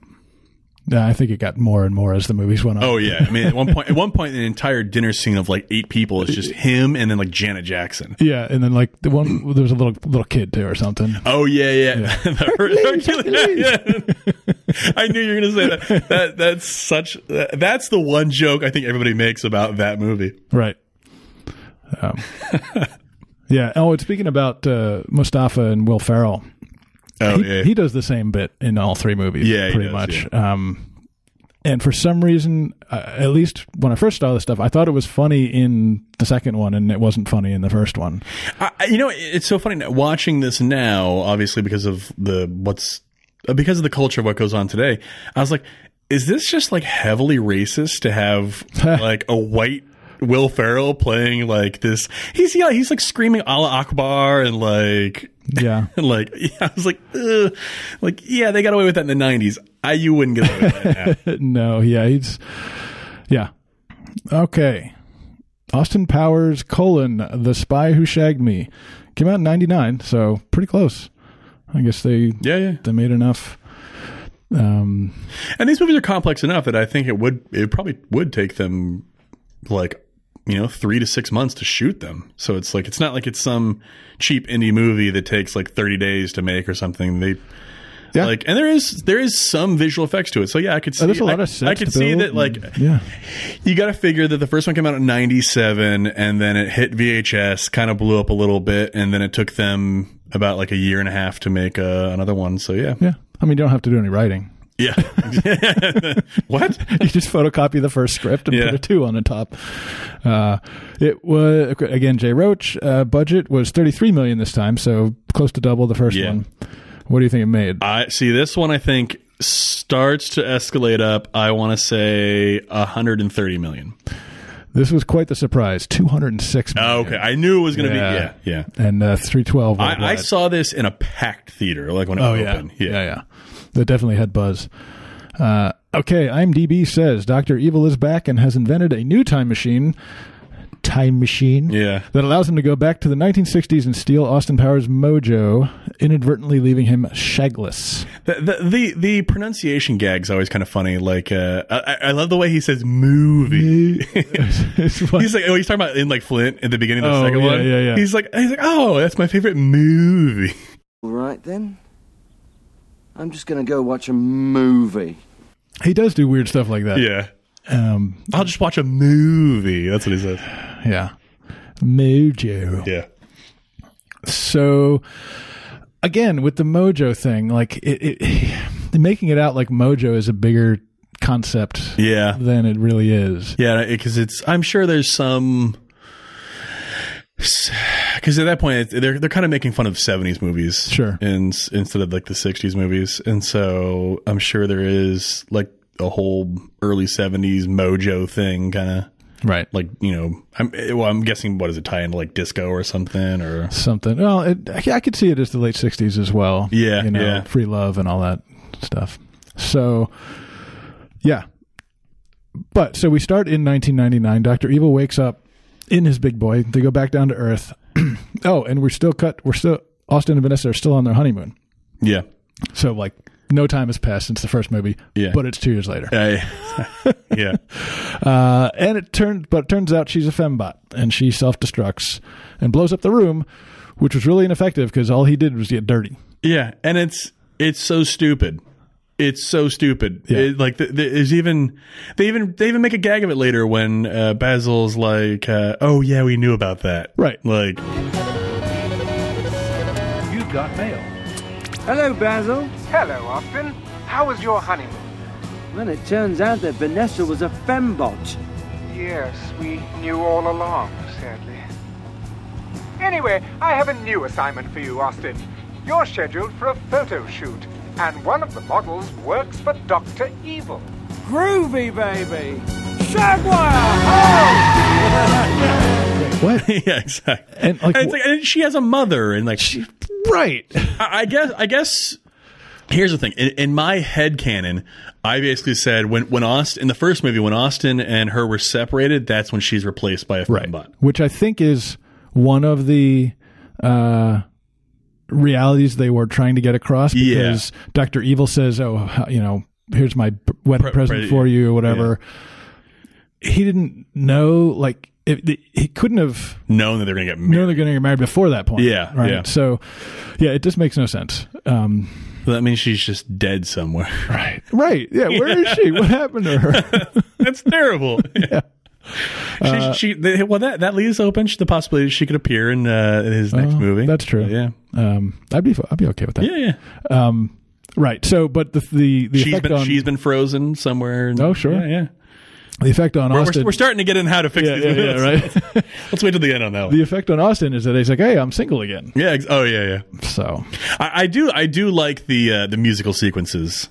Yeah, I think it got more and more as the movies went on.
Oh yeah, I mean at one point, at one point, an entire dinner scene of like eight people is just him and then like Janet Jackson.
yeah, and then like the one there was a little little kid too or something.
Oh yeah, yeah. The- yeah. I knew you were going to say that. that. That's such. that- That's the one joke I think everybody makes about that movie.
Right. Um, yeah. Oh, and speaking about uh, Mustafa and Will Ferrell,
Oh
he,
yeah.
he does the same bit in all three movies.
Yeah, he
pretty
does,
much. Um, and for some reason, uh, at least when I first saw this stuff, I thought it was funny in the second one, and it wasn't funny in the first one.
I, I- you know, it's so funny now, watching this now. Obviously, because of the what's uh, because of the culture of what goes on today. I was like, is this just like heavily racist to have like a white Will Ferrell playing like this? He's yeah, he's like screaming Allah Akbar and like
Yeah.
and like I was like, Ugh. like yeah, they got away with that in the '90s. I you wouldn't get away with that now.
no. Yeah. He's. Yeah. Okay. Austin Powers colon the spy who shagged me came out in '99, so pretty close. I guess they
yeah, yeah.
they made enough. Um,
And these movies are complex enough that I think it would it probably would take them like you know three to six months to shoot them. So it's like it's not like it's some cheap indie movie that takes like thirty days to make or something. They
Yeah.
like and there is there is some visual effects to it. So yeah, I could see
oh, there's a lot
I,
of sets
I could
to
see
build
that like
and- yeah,
you got to figure that the first one came out in 97 and then it hit VHS, kind of blew up a little bit and then it took them about like a year and a half to make uh, another one. So yeah.
yeah. I mean, you don't have to do any writing.
Yeah. what?
you just photocopy the first script and
Yeah.
put a two on the top. Uh, it was again Jay Roach. Uh, budget was 33 million this time, so close to double the first
Yeah.
one. What do you think it made?
I see this one. I think starts to escalate up. I want to say 130 million.
This was quite the surprise. 206 million.
Oh, okay, I knew it was going to
Yeah.
be. Yeah, yeah.
and uh, 312.
I, I
worldwide.
saw this in a packed theater, like when it
Oh, yeah.
opened. Yeah, yeah, yeah.
that definitely had buzz. Uh, okay, IMDb says Doctor Evil is back and has invented a new time machine. Time machine.
Yeah.
That allows him to go back to the 1960s and steal Austin Powers' mojo, inadvertently leaving him shagless.
The, the the the pronunciation gag's always kind of funny. Like, uh, I, I love the way he says "movie." he's like, oh, he's talking about in like Flint at the beginning of the
Oh,
second
yeah,
one.
yeah, yeah.
He's like, he's like, oh, that's my favorite movie.
All right then. I'm just gonna go watch a movie.
He does do weird stuff like that.
Yeah,
Um,
I'll just watch a movie. That's what he says.
yeah. Mojo.
Yeah.
So, again, with the mojo thing, like it, it making it out like mojo is a bigger concept
Yeah.
than it really is.
Yeah, because it's. I'm sure there's some. Because at that point, they're they're kind of making fun of '70s movies,
Sure.
and instead of like the '60s movies, and so I'm sure there is like a whole early '70s mojo thing, kind of
Right.
like you know, I'm well, I'm guessing what does it tie into like disco or something or
something. Well, it, I I could see it as the late '60s as well.
Yeah,
you know,
yeah.
free love and all that stuff. So, yeah. But so we start in 1999. Doctor Evil wakes up in his big boy. They go back down to Earth. oh, and we're still cut. We're still Austin and Vanessa are still on their honeymoon.
yeah,
So like, no time has passed since the first movie.
Yeah.
but it's two years later.
I- yeah,
Uh, and it turned, but it turns out she's a fembot, and she self destructs and blows up the room, which was really ineffective because all he did was get dirty.
Yeah, and it's it's so stupid. It's so stupid. It- like th- th- there's even they even they even make a gag of it later when uh, Basil's like, uh, "Oh yeah, we knew about that."
Right.
Like,
You've got mail. Hello, Basil. Hello, Austin. How was your honeymoon?
Well, it turns out that Vanessa was a fembot.
Yes, we knew all along, sadly. Anyway, I have a new assignment for you, Austin. You're scheduled for a photo shoot, and one of the models works for Dr. Evil.
Groovy, baby. Shagwire!
What?
yeah, exactly.
And
like, and, it's like, and she has a mother, and like,
right.
I, I guess. I guess. Here's the thing. In, in my head canon, I basically said when when Austin in the first movie when Austin and her were separated, that's when she's replaced by a fembot.
Which I think is one of the uh, realities they were trying to get across
Yeah.
because Dr. Evil says, oh, how- you know, here's my p- wedding
Pre-
present
pre-
for you or whatever. He didn't know like if the, he couldn't have
known that they're going to get married.
known they're going to get married before that point.
Yeah,
right.
yeah.
So yeah, it just makes no sense. Um,
that means she's just dead somewhere. Right.
right. Yeah. Where is she? What happened to her?
That's terrible. yeah.
Uh,
she, she, they, well, that, that leaves open the possibility she could appear in uh, his next movie.
Oh, That's true.
Yeah.
Um, I'd be I'd be okay with that.
Yeah, yeah.
Um, right. So, but the the the
She's
effect
been,
on
she's been frozen somewhere. and-
oh sure
Yeah, yeah.
the effect on
We're,
Austin
we're, we're starting to get in how to fix
Yeah,
these
yeah, yeah,
movies. right. Let's wait till the end on that one.
the effect on Austin is that he's like hey I'm single again
Yeah. Ex- oh yeah, yeah.
So
I, I do I do like the uh, the musical sequences.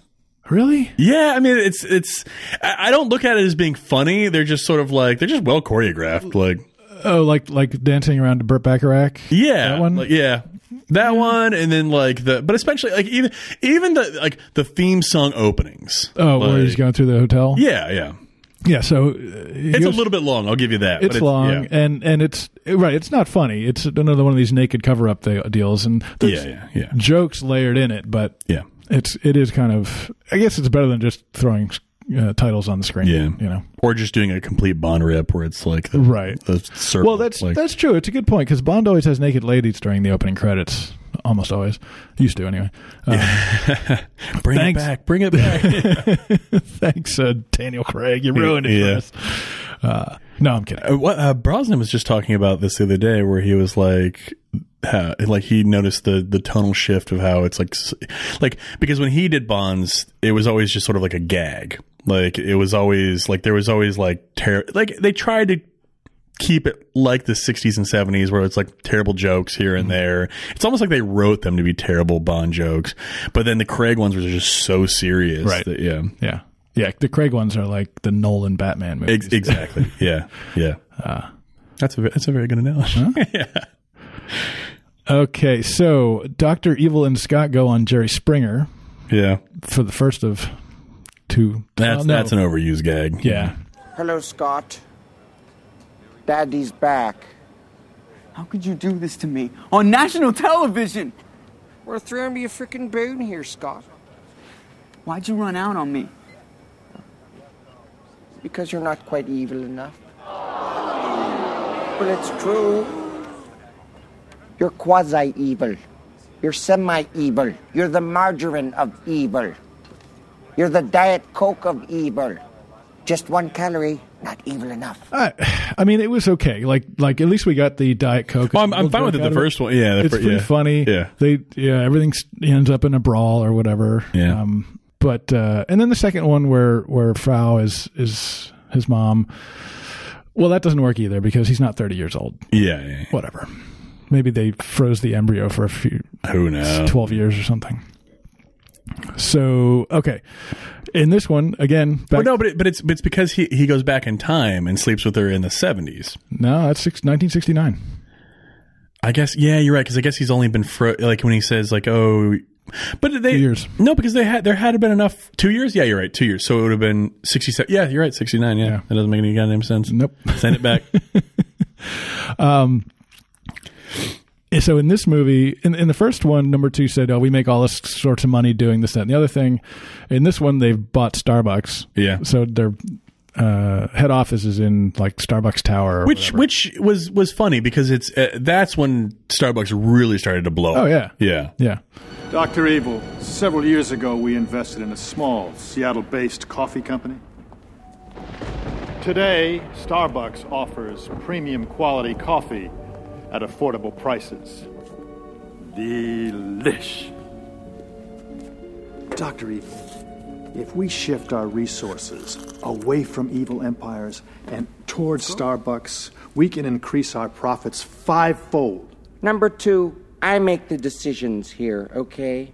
really
Yeah, I mean it's it's I I don't look at it as being funny. They're just sort of like they're just well choreographed. Like
oh like like dancing around to Burt Bacharach
yeah,
That one?
like, yeah. That one and then like the but especially like even even the like the theme song openings.
oh where
Like,
he's going through the hotel
Yeah, yeah.
yeah so uh,
It's
he
a
goes-
little bit long, I'll give you that. but
it's long
yeah.
and and it's right it's not funny it's another one of these naked cover up deals and there's
Yeah, yeah, yeah.
jokes layered in it but
Yeah.
it's it is kind of I guess it's better than just throwing uh, titles on the screen
Yeah.
you know
Or just doing a complete Bond rip where it's like the,
Right.
the circle.
well, that's
like,
that's true. It's a good point because Bond always has naked ladies during the opening credits, almost always. Used to anyway. Um,
bring
thanks.
it back, bring it back.
Thanks, uh, Daniel Craig. You ruined it
Yeah.
for us. Uh, no, I'm kidding.
Uh, what uh, Brosnan was just talking about this the other day, where he was like, how, like he noticed the the tonal shift of how it's like, s- like because when he did Bonds, it was always just sort of like a gag. Like it was always like there was always like ter- like they tried to keep it like the 60s and 70s where it's like terrible jokes here and there. It's almost like they wrote them to be terrible Bond jokes, but then the Craig ones were just so serious.
Right.
That, yeah.
Yeah, yeah. The Craig ones are like the Nolan Batman movies.
Ex- exactly. yeah. Yeah. that's a that's a very good analogy.
Okay, so Doctor Evil and Scott go on Jerry Springer
Yeah.
for the first of two.
That's
Oh, no.
that's an overused gag.
Yeah.
Hello, Scott. Daddy's back.
How could you do this to me on national television?
We're throwing me a freaking bone here, Scott.
Why'd you run out on me?
Because you're not quite evil enough. But it's true. You're quasi evil. You're semi evil. You're the margarine of evil. You're the Diet Coke of evil. Just one calorie, not evil enough.
I, I mean, it was okay. Like, like at least we got the Diet Coke.
Well, I'm- I'm fine with it, the
Out of
first one. Yeah, the
it's
fir-
pretty
yeah.
funny.
Yeah.
they, yeah, everything s- ends up in a brawl or whatever.
Yeah.
Um, but uh, and then the second one where where Frau is is his mom. Well, that doesn't work either because he's not 30 years old.
Yeah, yeah.
Whatever. Maybe they froze the embryo for a few
Who knows?
12 years or something. So okay, in this one again,
But
back,
no, but it, but it's but it's because he he goes back in time and sleeps with her in the 70s.
no, that's six, 1969.
I guess yeah, you're right because I guess he's only been fro- like when he says like oh, but they
Two years.
no because they had there had been enough two years. Yeah, you're right, two years. So it would have been 67. Yeah, you're right, 69. Yeah, that doesn't make any goddamn sense.
Nope.
Send it back.
Um, so in this movie, in, in the first one, number two said, "Oh, we make all this sorts of money doing this, that, and the other thing." In this one, they've bought Starbucks.
Yeah.
So their uh, head office is in like Starbucks Tower. Or
which which was was funny because it's uh, that's when Starbucks really started to blow.
Oh,
up.
yeah.
yeah.
yeah.
Dr. Evil, several years ago we invested in a small Seattle based coffee company. Today, Starbucks offers premium quality coffee at affordable prices. Delish.
Dr. Evil, if we shift our resources away from evil empires and towards Starbucks, we can increase our profits fivefold.
Number two, I make the decisions here, okay?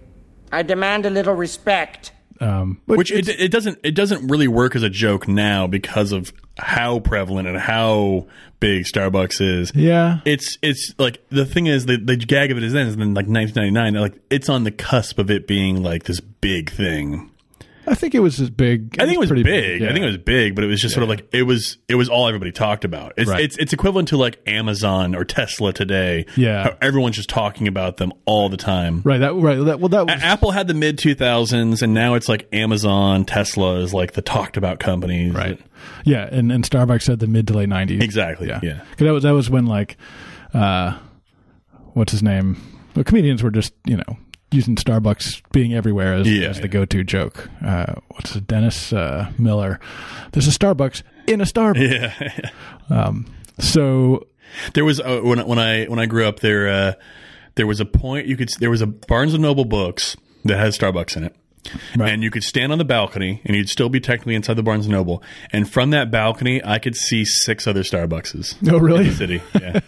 I demand a little respect.
Um,
Which it, it doesn't it doesn't really work as a joke now because of how prevalent and how big Starbucks is.
Yeah.
it's it's like the thing is the, the gag of it is then is then like 1999 like it's on the cusp of it being like this big thing.
I think it was as big.
I think it was
pretty
big. I think it was big, but it was just sort of like it was. It was all everybody talked about. It's
Right.
it's, it's equivalent to like Amazon or Tesla today.
Yeah.
how everyone's just talking about them all the time.
Right. That. Right. That. Well. That. Was,
A- Apple had the mid two thousands, and now it's like Amazon, Tesla is like the talked about companies. Right.
yeah. And and Starbucks had the mid to late nineties.
Exactly. Yeah. yeah.
'Cause that was that was when like, uh, what's his name? Well, comedians were just you know using Starbucks being everywhere as,
Yeah,
as the go-to joke. Uh, what's his, Dennis uh, Miller? There's a Starbucks in a Starbucks.
Yeah.
Um, so
There was uh, when I- when I when I grew up there uh, there was a point you could there was a Barnes and Noble books that had Starbucks in it. And you could stand on the balcony and you'd still be technically inside the Barnes and Noble and from that balcony I could see six other Starbuckses.
Oh, really?
In the city. Yeah.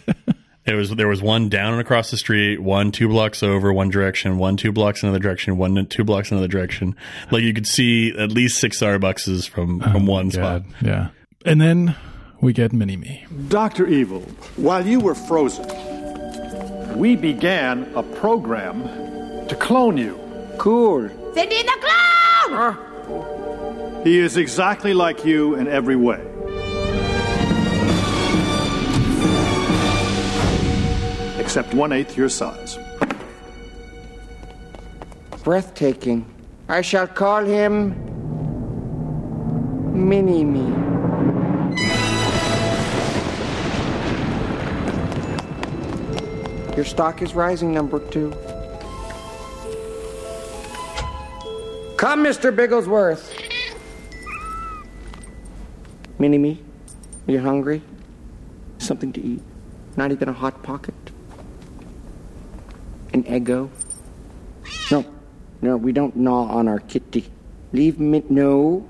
it was there was one down and across the street, one two blocks over, one direction, one two blocks another direction, one two blocks another direction. Like you could see at least six Starbuckses from
Oh
from one spot.
yeah, and then we get Mini Me.
Dr. Evil, while you were frozen, we began a program to clone you. Cool.
Send in the clown!
He is exactly like you in every way. Except one eighth your size.
Breathtaking. I shall call him Mini Me. Your stock is rising, number two. Come, Mr. Bigglesworth. Mini Me, are you hungry? Something to eat? Not even a hot pocket? An Eggo? No, no, we don't gnaw on our kitty. Leave Min. No.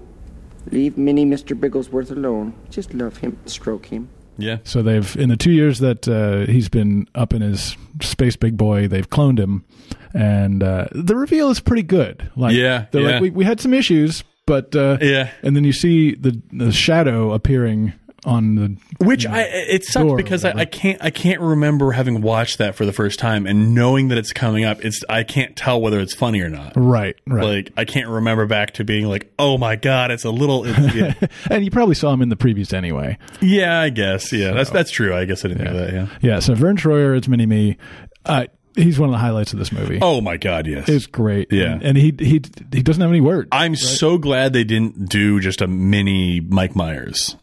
Leave Minnie Mr. Bigglesworth alone. Just love him, stroke him.
Yeah.
So they've in the two years that uh, he's been up in his space big boy, they've cloned him, and uh, the reveal is pretty good. Like,
Yeah,
they're
yeah.
like we, we had some issues, but uh,
Yeah.
And then you see the the shadow appering on the
Which I it sucks
door or
because I, I can't I can't remember having watched that for the first time and knowing that it's coming up. It's I can't tell whether it's funny or not.
right right.
Like I can't remember back to being like, oh my god, it's a little. It's, yeah.
and you probably saw him in the previews anyway.
yeah, I guess. Yeah, that's that's true. I guess I didn't think of that. Yeah.
Yeah. So Vern Troyer, it's Mini Me. Uh, he's one of the highlights of this movie.
Oh my god, yes.
It's great.
Yeah.
And, and he he he doesn't have any words.
I'm so glad they didn't do just a mini Mike Myers.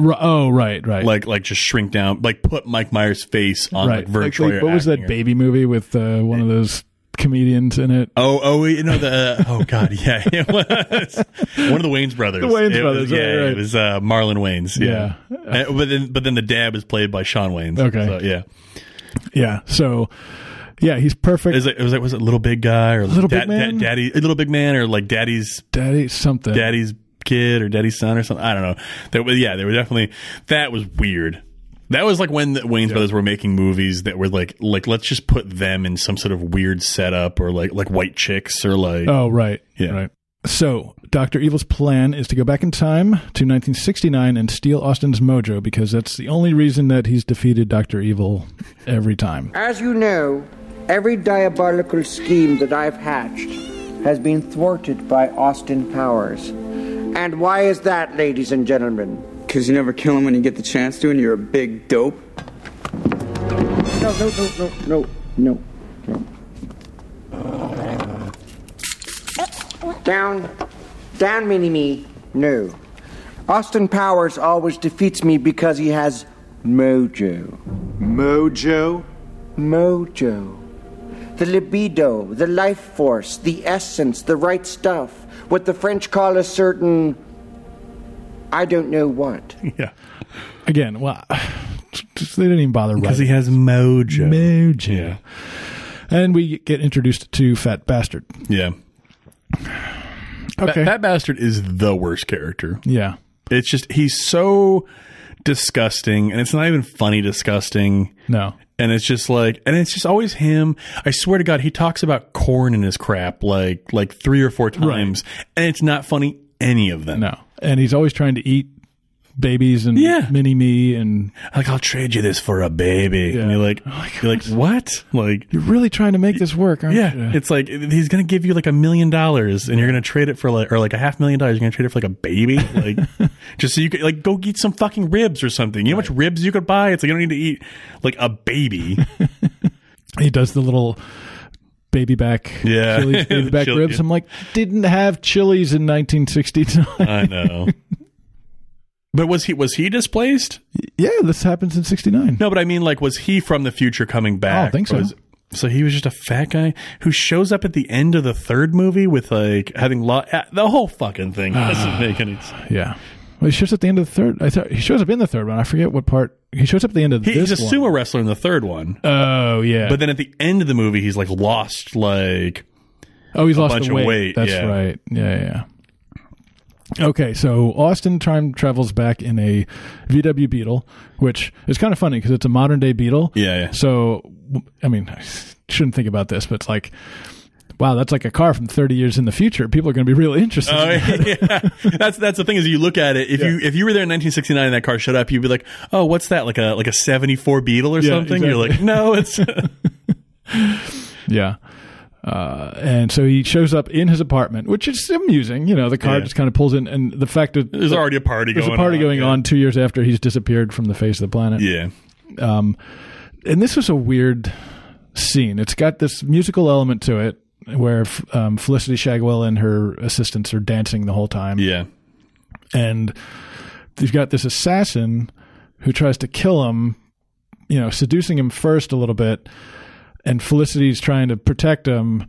R- oh right right.
Like like just shrink down, like put Mike Myers' face on like Vern
Like,
Troyer.
what was that
acting or-
baby movie with uh, one of those comedians in it?
Oh, oh, you know the oh god, yeah, it was one of the Wayne's brothers.
The Wayans
It was-
brothers, right,
yeah,
right.
it was uh, Marlon Wayans. Yeah, And- but then but then the dad was played by Sean Wayans.
Okay.
so, yeah,
Yeah. So, yeah, he's
it
perfect.
was, like, it was like was it little big guy or
Little
Da-
Big Man?
Da- daddy, little big man, or like daddy's
Daddy something.
daddy's kid or daddy's son or something. I don't know. That was yeah, they were definitely that was weird. That was like when the Wayne's brothers were making movies that were like like let's just put them in some sort of weird setup or like like white chicks or like
Oh, right.
Yeah.
Right. So, Dr. Evil's plan is to go back in time to 1969 and steal Austin's mojo because that's the only reason that he's defeated Dr. Evil every time.
As you know, every diabolical scheme that I've hatched has been thwarted by Austin Powers. And why is that, ladies and gentlemen?
Because you never kill him when you get the chance to, and you're a big dope.
No, no, no, no, no, no, no. Down, down, mini me. No. Austin Powers always defeats me because he has mojo. Mojo? Mojo. The libido, the life force, the essence, the right stuff. What the French call a certain. I don't know what.
Yeah.
Again, well, just- they didn't even bother
because
writing.
he has mojo.
mojo. And we get introduced to Fat Bastard.
Yeah.
Okay.
Fat, Fat Bastard is the worst character.
Yeah.
It's just, he's so disgusting, and it's not even funny disgusting.
No.
And it's just like, and it's just always him. I swear to God, he talks about corn in his crap like, like three or four times, and it's not funny any of them.
No. And he's always trying to eat babies and mini me and
like I'll trade you this for a baby. And you're like, you're like what? Like
you're really trying to make this work, aren't
yeah,
you?
it's like he's gonna give you like a million dollars, and you're gonna trade it for like or like a half million dollars. You're gonna trade it for like a baby, like just so you could like go eat some fucking ribs or something. You know how much ribs you could buy? It's like you don't need to eat like a baby.
he does the little baby back
Yeah.
Chili's baby back
Chili-
ribs. I'm like, didn't have chilies in 1969.
I know. But was he was he displaced?
yeah, this happens in 69.
No, but I mean, like, was he from the future coming back?
I don't think so.
Was- so he was just a fat guy who shows up at the end of the third movie with like having lo- uh, the whole fucking thing
Ah,
doesn't make any sense.
Yeah. Well, he shows up at the end of the third. I thought he shows up in the third one. I forget what part. He shows up at the end of
He-
this
he's a
one.
sumo wrestler in the third one,
oh yeah.
but then at the end of the movie, he's like lost like
oh, he's
a
lost
bunch
the
of
weight.
weight,
That's
yeah.
right. Yeah, yeah. yeah. Okay, so Austin time travels back in a VW Beetle, which is kind of funny because it's a modern day Beetle.
Yeah, yeah.
So, w- I mean, I shouldn't think about this, but it's like, wow, that's like a car from 30 years in the future. People are going to be really interested. in
Oh,
that.
yeah. that's that's the thing is you look at it if you if you were there in 1969 and that car showed up you'd be like oh what's that like a like a 74 Beetle or
Yeah,
something you're like
exactly.
no it's
Yeah. Uh, and so he shows up in his apartment, which is amusing. You know, the car
Yeah.
just kind of pulls in, and the fact that
There's already a party
there's
going
a party
on,
going
yeah.
on two years after he's disappeared from the face of the planet.
yeah
Um, and this was a weird scene. It's got this musical element to it where um, Felicity Shagwell and her assistants are dancing the whole time.
yeah
And you've got this assassin who tries to kill him, you know, seducing him first a little bit. And Felicity's trying to protect him.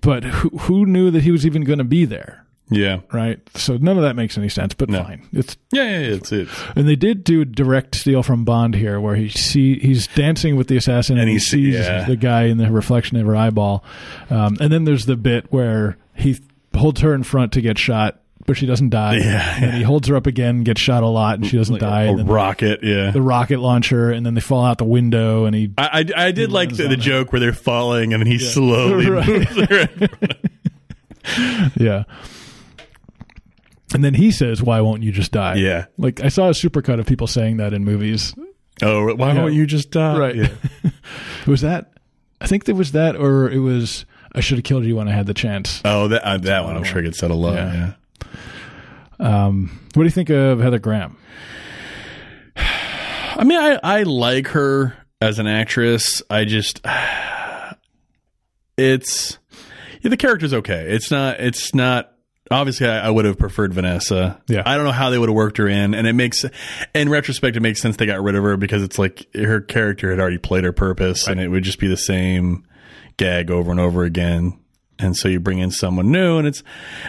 But who, who knew that he was even going to be there?
yeah
Right. So none of that makes any sense, but fine. It's
yeah yeah, yeah it's it
and they did do direct steal from Bond here, where he see he's dancing with the assassin and,
And
he
he see-
sees
yeah.
the guy in the reflection of her eyeball. Um, and then there's the bit where he holds her in front to get shot, but she doesn't die.
Yeah,
And he holds her up again, gets shot a lot, and she doesn't die.
a
And then
rocket yeah
the rocket launcher, and then they fall out the window, and he
I, I, I did like the, the joke where they're falling and then he slowly
Right.
moves around.
yeah. And then he says, "Why won't you just die?"
Yeah.
Like I saw a supercut of people saying that in movies.
Oh, why
Yeah.
won't you just die?
Right.
Yeah.
was that i think there was that or it was i should have killed you when i had the chance
Oh, that uh, that one I'm sure gets said a lot.
Yeah.
Yeah.
um, what do you think of heather graham
I mean, I I like her as an actress. I just it's yeah, the character's okay. It's not. It's not. Obviously, I, I would have preferred Vanessa.
Yeah.
I don't know how they would have worked her in, and it makes, in retrospect, it makes sense they got rid of her because it's like her character had already played her purpose, and it would just be the same gag over and over again. And so you bring in someone new, and it's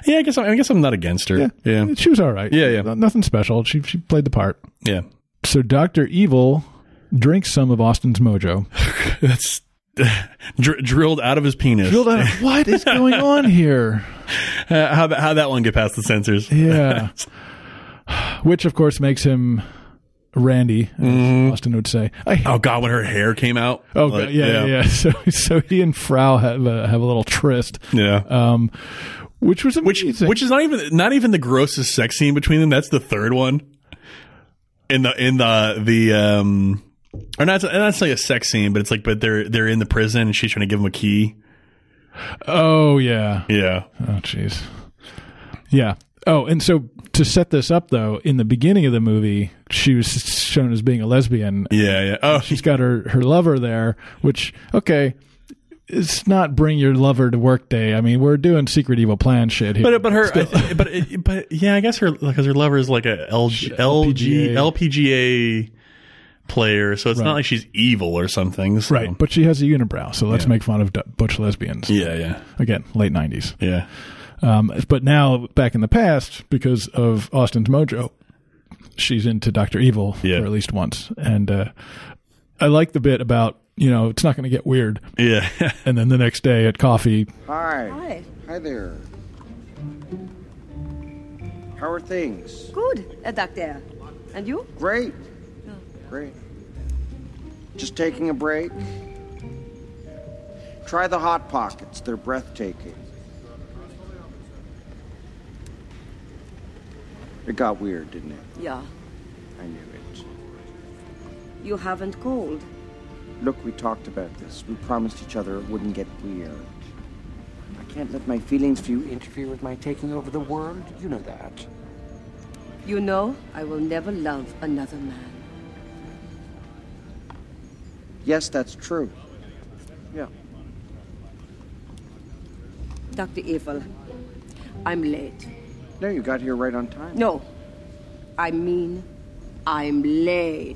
yeah. I guess I, I guess I'm not against her. Yeah,
she was all right
Yeah, yeah.
Not- nothing special she, she played the part
yeah.
so dr evil drinks some of austin's mojo
That's dr- drilled out of his penis.
Drilled out of- what is going on here
Uh, how how that one get past the censors?
yeah which of course makes him randy as austin would say I
oh god, when her hair came out.
Oh
Like,
God, yeah, yeah, yeah. So, so he and Frau have a, have a little tryst,
yeah.
um, which was
which
amazing.
which is not even not even the grossest sex scene between them. That's the third one. In the in the the um, or not and that's like a sex scene, but it's like but they're they're in the prison and she's trying to give him a key.
oh yeah,
Yeah,
Oh, jeez. Yeah. Oh, and so to set this up, though, in the beginning of the movie, she was shown as being a lesbian.
yeah, yeah. Oh,
She's got her, her lover there, which, okay, it's not bring your lover to work day. I mean, we're doing secret evil plan shit here.
But but her, I thi- but it, but yeah, I guess her because her lover is like a LG, LG
LPGA.
LPGA player, so it's
Right.
not like she's evil or something. so-
right. But she has a unibrow, so let's make fun of d- butch lesbians.
Yeah, yeah,
Again, late 90s.
yeah.
Um, but now, back in the past, because of Austin's mojo, she's into Doctor Evil
Yeah.
for at least once, and uh, I like the bit about you know it's not going to get weird.
Yeah.
and then the next day at coffee,
Hi. Hi. Hi there. How are things?
Good, uh, doctor. And you?
Great. Great. Just taking a break. Try the Hot Pockets. They're breathtaking. It got weird, didn't it?
Yeah.
I knew it.
You haven't called.
Look, we talked about this. We promised each other it wouldn't get weird. I can't let my feelings for you interfere with my taking over the world. You know that.
You know I will never love another man.
Yes, that's true. Yeah.
Dr. Evil, I'm late.
No, you got here right on time.
No, I mean, I'm late.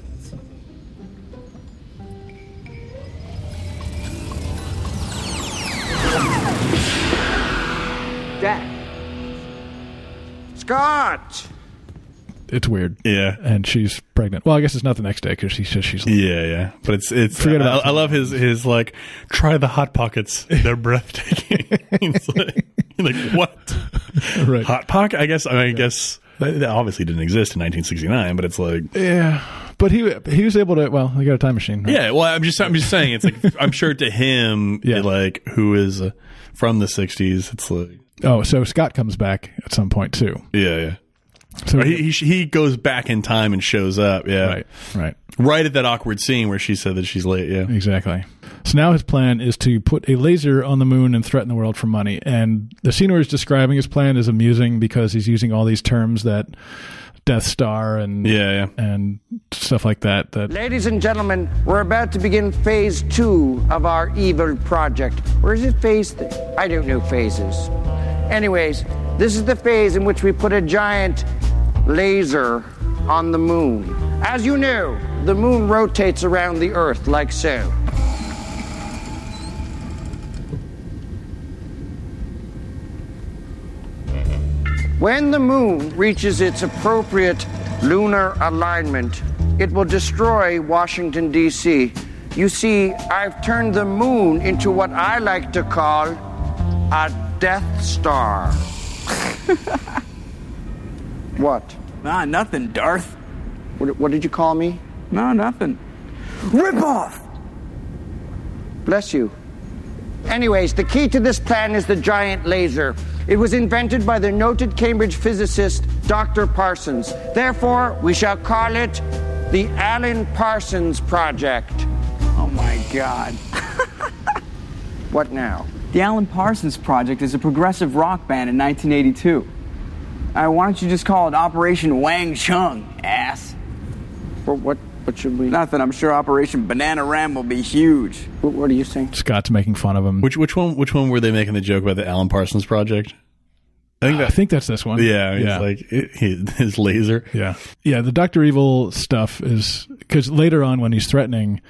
Dad.
Scott!
It's weird.
Yeah.
And she's pregnant. Well, I guess it's not the next day because she says she's.
Yeah, yeah. But it's it's.
Forget
Forget
about
about I, I love his his like try the hot pockets. They're breathtaking. It's like, like, what?
Right.
Hot pocket. I guess. I, mean, I guess that that obviously didn't exist in 1969. But it's like.
Yeah, but he he was able to. Well, he got a time machine. right?
Yeah. Well, I'm just I'm just saying. It's like I'm sure to him. Like who is uh, from the 60s? It's like.
Oh, so Scott comes back at some point too.
Yeah, yeah.
So
Or he, he he goes back in time and shows up. Yeah. Right.
Right.
Right at that awkward scene where she said that she's late. Yeah.
Exactly. So now his plan is to put a laser on the moon and threaten the world for money. And the scene where he's describing his plan is amusing because he's using all these terms that Death Star and
yeah,
and stuff like that. That
Ladies and gentlemen, we're about to begin phase two of our evil project. Or is it phase three? I don't know phases. Anyways, this is the phase in which we put a giant laser on the moon. As you know, the moon rotates around the Earth like so. When the moon reaches its appropriate lunar alignment, it will destroy Washington, D.C. You see, I've turned the moon into what I like to call a Death Star. what?
Nah, nothing, Darth.
What, what did you call me?
No, nothing. Rip off!
Bless you. Anyways, the key to this plan is the giant laser. It was invented by the noted Cambridge physicist Dr. Parsons. Therefore, we shall call it the Alan Parsons Project.
Oh my god.
what now?
The Alan Parsons Project is a progressive rock band in 1982. All right, why don't you just call it Operation Wang Chung, ass?
Well, what, what should we?
Nothing. I'm sure Operation Banana Ram will be huge.
What, what are you saying?
Scott's making fun of him.
Which which one which one were they making the joke about the Alan Parsons project? I think
I think that's this one.
Yeah, it's
Yeah.
like it, his, his laser.
Yeah. Yeah, the Doctor Evil stuff is because later on when he's threatening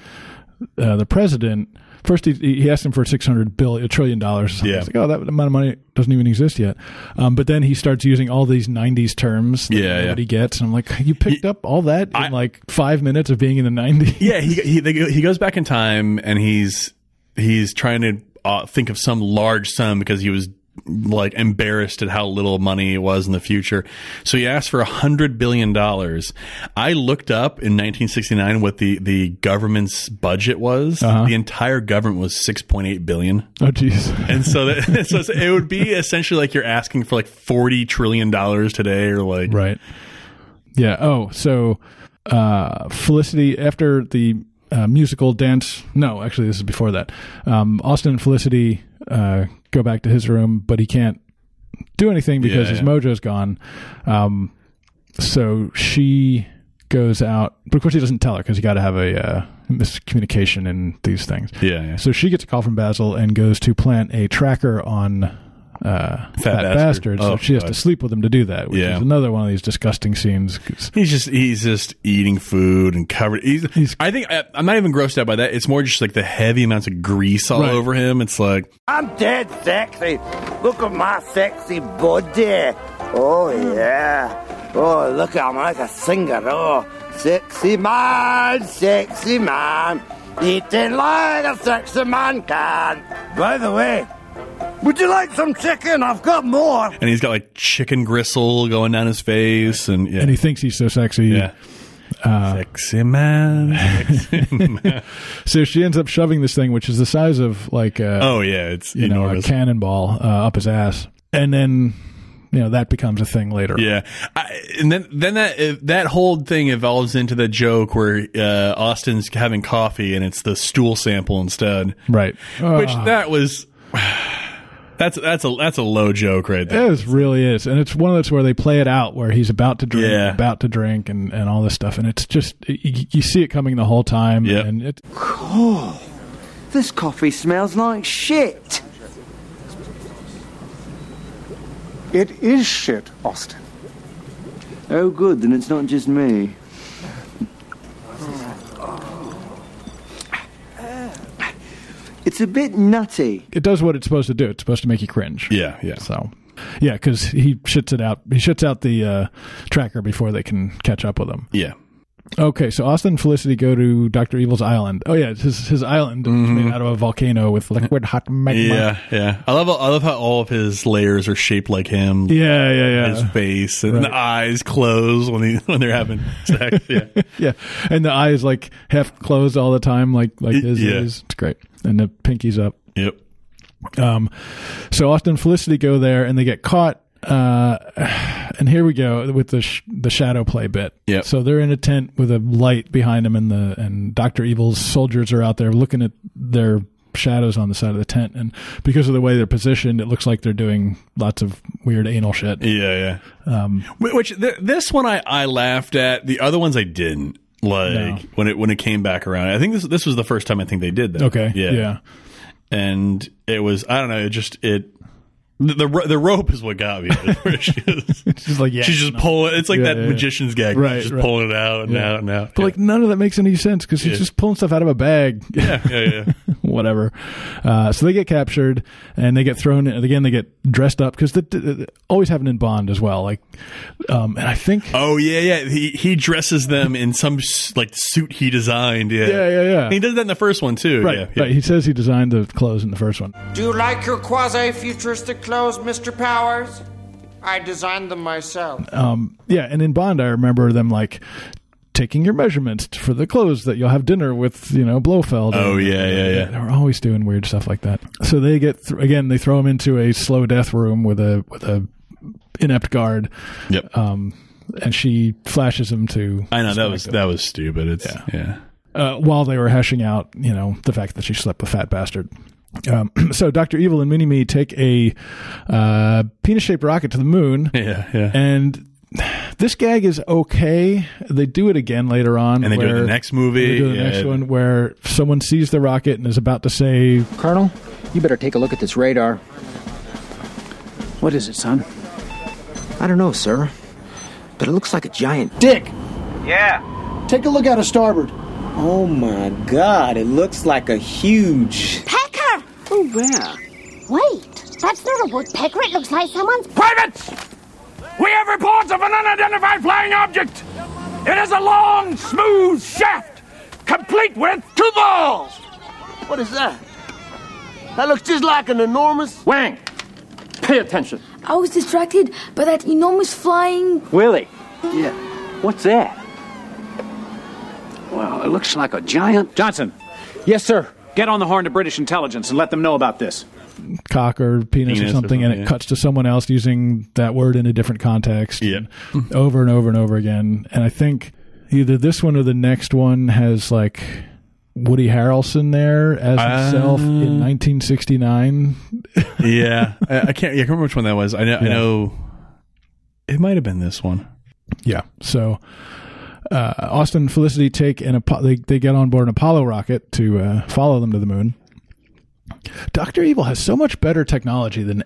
uh, the president, first he, he asked him for six hundred billion, a trillion dollars. or something.
Yeah.
It's like, oh, that amount of money doesn't even exist yet. Um, but then he starts using all these '90s terms. That
Yeah, yeah.
nobody gets, and I'm like, you picked up all that in like five minutes of being in the '90s.
Yeah, he he they, go- he goes back in time and he's he's trying to uh, think of some large sum because he was like embarrassed at how little money it was in the future. So he asked for a hundred billion dollars. I looked up in 1969 what the the government's budget was.
Uh-huh.
The entire government was 6.8 billion.
Oh, jeez.
and so that so it's- it would be essentially like you're asking for like 40 trillion dollars today or like
Right. Yeah. Oh, so uh, Felicity after the uh, musical dance. No, actually, this is before that. Um, Austin and Felicity uh, go back to his room, but he can't do anything because
Yeah,
his
yeah.
mojo's gone. Um, so she goes out, but of course he doesn't tell her because you got to have a uh, miscommunication in these things.
Yeah, yeah.
So she gets a call from Basil and goes to plant a tracker on uh, Fat,
Bastard.
Bastard. so
Oh,
she has to
God.
sleep with him to do that, which
Yeah.
is another one of these disgusting scenes.
He's just he's just eating food and covered. He's, I think I, I'm not even grossed out by that. It's more just like the heavy amounts of grease all
Right.
over him. It's like
I'm dead sexy. Look at my sexy body. Oh, yeah. Oh, look, I'm like a singer. Oh, sexy man, sexy man. Eating like a sexy man can. By the way, would you like some chicken? I've got more.
and he's got like chicken gristle going down his face and yeah.
And he Uh, thinks he's so sexy.
Yeah. sexy man.
so she ends up shoving this thing, which is the size of like a,
oh yeah, it's
you know, a
enormous.
cannonball uh, up his ass, and then you know that becomes a thing later.
Yeah, I, and then then that uh, that whole thing evolves into the joke where uh, Austin's having coffee and it's the stool sample instead.
Right.
Which
Ah.
that was. That's that's a that's a low joke right there.
It is, really is, and it's one of those where they play it out where he's about to drink,
Yeah.
about to drink, and, and all this stuff, and it's just you, you see it coming the whole time.
Yep.
And it,
Oh, this coffee smells like shit.
It is shit, Austin.
Oh, good, then it's not just me. It's a bit nutty.
it does what it's supposed to do. It's supposed to make you cringe.
Yeah, yeah.
So, yeah, because he shits it out. He shits out the uh, tracker before they can catch up with him.
Yeah.
Okay, so Austin and Felicity go to Doctor Evil's island. Oh yeah, it's his his island is made out of a volcano with liquid hot magma.
Mm-hmm. Yeah, yeah. I love I love how all of his layers are shaped like him.
Yeah, yeah, yeah.
His face and the
Right.
eyes close when he when they're having sex. Yeah.
yeah, and the eye is like half closed all the time, like like
Y-
his
yeah.
is. It's great, and the pinky's up.
Yep.
Um, so Austin and Felicity go there, and they get caught. Uh, and here we go with the sh- the shadow play bit.
Yep.
So they're in a tent with a light behind them, and the and Doctor Evil's soldiers are out there looking at their shadows on the side of the tent, and because of the way they're positioned, it looks like they're doing lots of weird anal shit.
Yeah,
yeah. Um,
Wh- Which th- this one I, I laughed at. The other ones I didn't like
No.
when it when it came back around. I think this this was the first time I think they did that.
Okay, yeah.
And it was I don't know. It just it. The, the ro- the rope is what got me.
She's like, yeah,
she's just pulling. It's like
Yeah,
that
yeah, yeah.
magician's gag.
Right,
She's just
right.
pulling it out and
Yeah.
out and out.
But like none of that makes any sense because he's
Yeah.
just pulling stuff out of a bag.
Yeah, yeah, yeah.
Whatever. Uh, so they get captured and they get thrown. And again, they get dressed up because always happened in Bond as well. Like, um, and I think
Oh yeah, yeah. He he dresses them in some s- like suit he designed. Yeah,
Yeah, yeah, yeah.
And he does that in the first one too.
right,
yeah, yeah.
right. He says he designed the clothes in the first one.
Do you like your quasi futuristic clothes, Mr. Powers? I designed them myself.
Um, yeah, and in Bond, I remember them like taking your measurements for the clothes that you'll have dinner with, you know, Blofeld.
Oh, yeah, yeah, yeah.
They were always doing weird stuff like that. So they get th- again, they throw him into a slow death room with a with a inept guard.
Yep.
Um, and she flashes him to
I know that was that was stupid. It's yeah. yeah.
uh, while they were hashing out, you know, the fact that she slept with fat bastard. Um, so Doctor Evil and Mini Me take a uh, penis-shaped rocket to the moon.
Yeah, yeah.
And this gag is okay. They do it again later on,
And they do it in the
where-
next movie,
They do it in the
yeah.
next one where someone sees the rocket and is about to say,
Colonel, you better take a look at this radar. What is it, son? I don't know, sir. But it looks like a giant dick.
Yeah.
Take a look out of starboard.
Oh my god, it looks like a huge.
Pecker! Oh, where? Wait, that's not a woodpecker. It looks like someone's. Private!
We have reports of an unidentified flying object. It is a long, smooth shaft, complete with two balls.
What is that? That looks just like an enormous. Wang! Pay attention.
I was distracted by that enormous flying.
Willie. Yeah. What's that? Well, it looks like a giant.
Johnson. Yes, sir. Get on the horn to British intelligence and let them know about this.
cock or penis,
Penis or
or something, and
something,
it
yeah.
cuts to someone else using that word in a different context. Yeah. over and over and over again. And I think either this one or the next one has like Woody Harrelson there as himself
Ah.
in 1969.
yeah. I, I can't. Yeah, I can't remember which one that was. I know. I
Yeah.
know. It might have been this one.
Yeah. So uh, Austin and Felicity take an Apo- they they get on board an Apollo rocket to uh, follow them to the moon. Doctor Evil has so much better technology than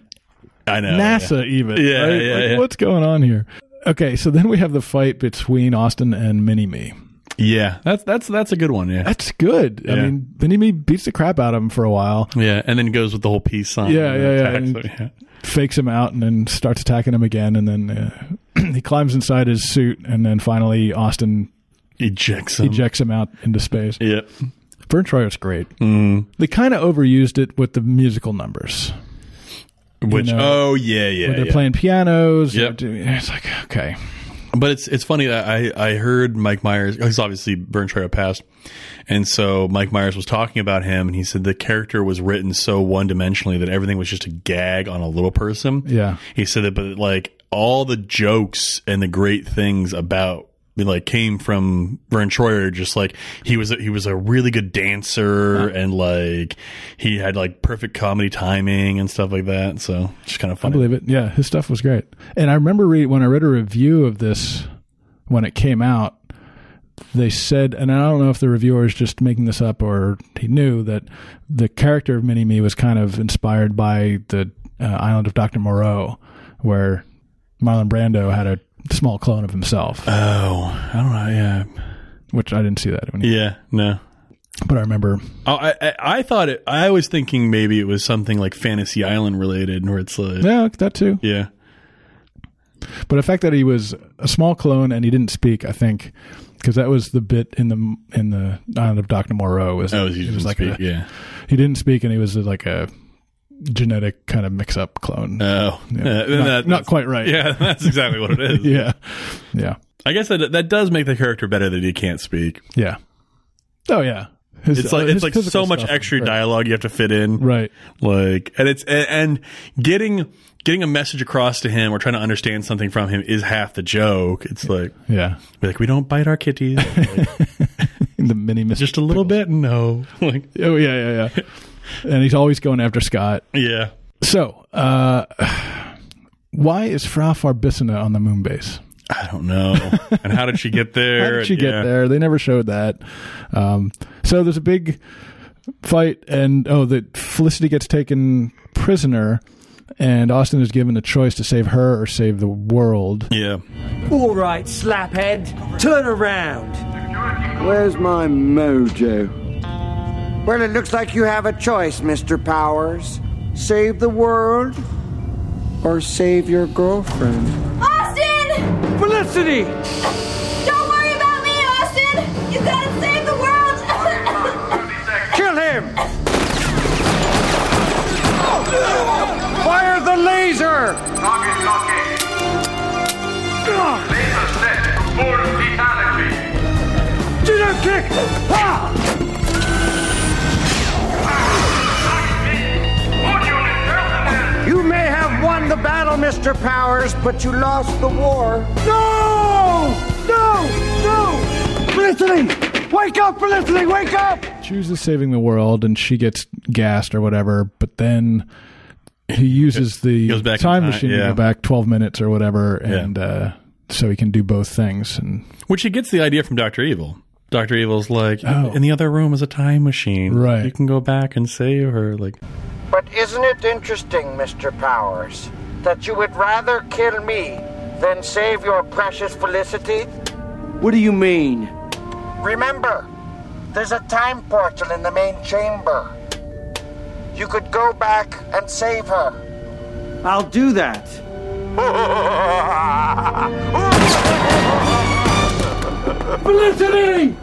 I know.
NASA
Oh, yeah.
even.
Yeah,
right?
yeah,
Like,
yeah.
What's going on here? Okay, so then we have the fight between Austin and Mini Me.
Yeah, that's that's that's a good one. Yeah,
that's good. I
Yeah.
mean, Mini Me beats the crap out of him for a while.
Yeah, and then goes with the whole peace sign.
yeah,
and
yeah, yeah,
attacks
and
them, yeah.
Fakes him out and then starts attacking him again, and then uh, he climbs inside his suit, and then finally Austin
ejects him.
ejects him out into space.
Yep.
Vern Troyer's great.
Mm.
They kind of overused it with the musical numbers.
Which
You know,
oh yeah yeah
where they're
yeah.
playing pianos.
Yep.
they're doing- it's like okay,
But it's it's funny that I I heard Mike Myers because obviously Vern Troyer passed, and so Mike Myers was talking about him, and he said the character was written so one dimensionally that everything was just a gag on a little person.
Yeah.
he said that, but like all the jokes and the great things about like came from Vern Troyer. Just like he was a, he was a really good dancer, and like he had like perfect comedy timing and stuff like that. So just kind of
I
funny.
believe it. Yeah, his stuff was great. And I remember re- when I read a review of this when it came out, they said, and I don't know if the reviewer is just making this up or he knew that the character of Mini Me was kind of inspired by the uh, Island of Dr. Moreau, where Marlon Brando had a small clone of himself.
Oh, I don't know. Yeah.
Which I didn't see that. When he,
Yeah, no.
But I remember
Oh, I, I I thought it. I was thinking maybe it was something like Fantasy Island related, where it's like,
Yeah, that too.
yeah,
But the fact that he was a small clone and he didn't speak, I think, because that was the bit in the in the Island of Doctor Moreau. Was
Oh,
it?
he
It
didn't
was like
speak,
a-
yeah.
he didn't speak, and he was like a genetic kind of mix-up clone.
Oh,
Yeah.
Yeah,
not,
that-
not quite right.
Yeah, that's exactly what it is.
yeah, yeah,
I guess that that does make the character better that he can't speak.
yeah. Oh yeah, His-
it's like
uh, his
it's like so
physical
much
stuff.
extra dialogue you have to fit in,
Right.
Like, and it's and, and getting getting a message across to him or trying to understand something from him is half the joke. It's like,
Yeah,
we're like we don't bite our kitties,
the mini Mr.
just a little bit. No, like,
oh yeah, yeah, yeah. and he's always going after Scott.
yeah.
So, uh, why is Fra Farbissina on the moon base?
I don't know. and how did she get there?
How did she
Yeah.
get there? They never showed that. Um, so there's a big fight, and oh, that Felicity gets taken prisoner, and Austin is given a choice to save her or save the world.
Yeah.
All right, slaphead, turn around.
Where's my mojo?
Well, it looks like you have a choice, Mr. Powers. Save the world or save your girlfriend.
Austin!
Felicity!
Don't worry about me, Austin! You gotta save the world!
Kill him! Fire the laser! Judo kick! Ha!
You may have won the battle, Mr. Powers, but you lost the war. No! No! No!
Felicity! Wake up, Felicity! Wake up!
Chooses saving the world, and she gets gassed or whatever, but then he uses the
Goes back in
time
time,
machine to
yeah.
go back 12 minutes or whatever,
Yeah.
and uh, so he can do both things. And
Which he gets the idea from Doctor Evil. Doctor Evil's like, in the other room is a time machine.
Oh. Right.
You can go back and save her. Like,
But isn't it interesting, Mr. Powers, that you would rather kill me than save your precious Felicity?
What do you mean?
Remember, there's a time portal in the main chamber. You could go back and save her.
I'll do that.
Felicity!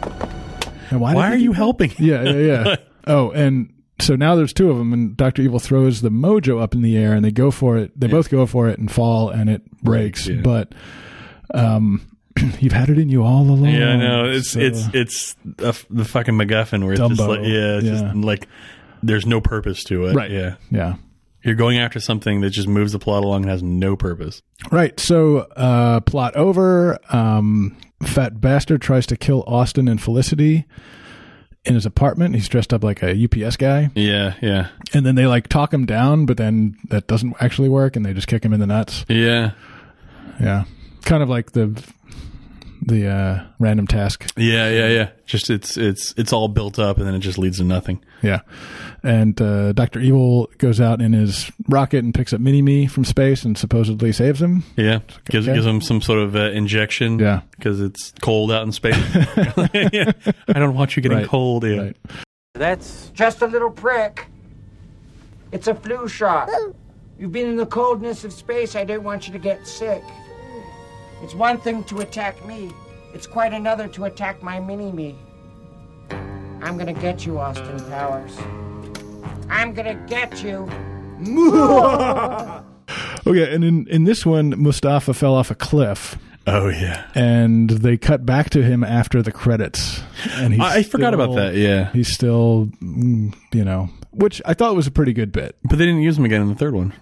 And why,
Why
did
are
they
you
do that?
helping?
Yeah, yeah, yeah. oh, and so now there's two of them, and Doctor Evil throws the mojo up in the air, and they go for it. They both go for it and fall, and it breaks.
Breaks, yeah.
But um, you've had it in you all along.
yeah, no, it's
So-
it's it's a f the fucking MacGuffin where it's just
Dumbo.
like, yeah, it's
Yeah.
just like there's no purpose to it.
Right.
Yeah.
yeah.
You're going after something that just moves the plot along and has no purpose.
Right. So, uh, plot over. Um, fat bastard tries to kill Austin and Felicity in his apartment. He's dressed up like a UPS guy.
Yeah, yeah,
And then they like talk him down, but then that doesn't actually work, and they just kick him in the nuts.
yeah,
Yeah, kind of like the the uh, random task.
yeah, yeah, yeah. Just it's it's it's all built up and then it just leads to nothing.
Yeah, and uh, Doctor Evil goes out in his rocket and picks up Mini Me from space and supposedly saves him.
Yeah, gives
okay.
gives them some sort of uh, injection.
Yeah.
because it's cold out in space. I don't want you getting
Right,
cold. Yeah.
That's
just a little prick. It's a flu shot.
Oh. You've been in the coldness of space. I don't want you to get sick. It's one thing to attack me, it's quite another to attack my mini me. I'm gonna get you, Austin Powers. I'm gonna get you.
Okay, and in in this one, Mustafa fell off a cliff.
Oh yeah.
and they cut back to him after the credits. And he's
I- I forgot about that, yeah.
he's still, mm, you know, which I thought was a pretty good bit.
But they didn't use him again in the third one.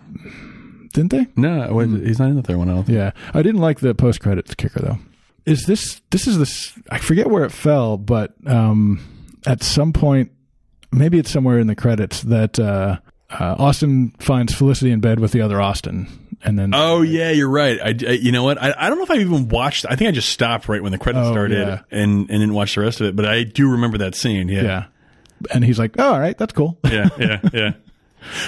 Didn't they?
No, it
Hmm.
was- he's not in the third one. I don't think.
Yeah, I didn't like the post credits kicker though. Is this this is this? I forget where it fell, but um, at some point, maybe it's somewhere in the credits that uh, uh, Austin finds Felicity in bed with the other Austin, and then
Oh yeah, you're right. I, I- you know what? I, I don't know if I even watched. I think I just stopped right when the credits
Oh,
started
yeah.
and and didn't watch the rest of it. But I do remember that scene. Yeah.
yeah, and he's like, oh, "All right, that's cool."
yeah, yeah, yeah.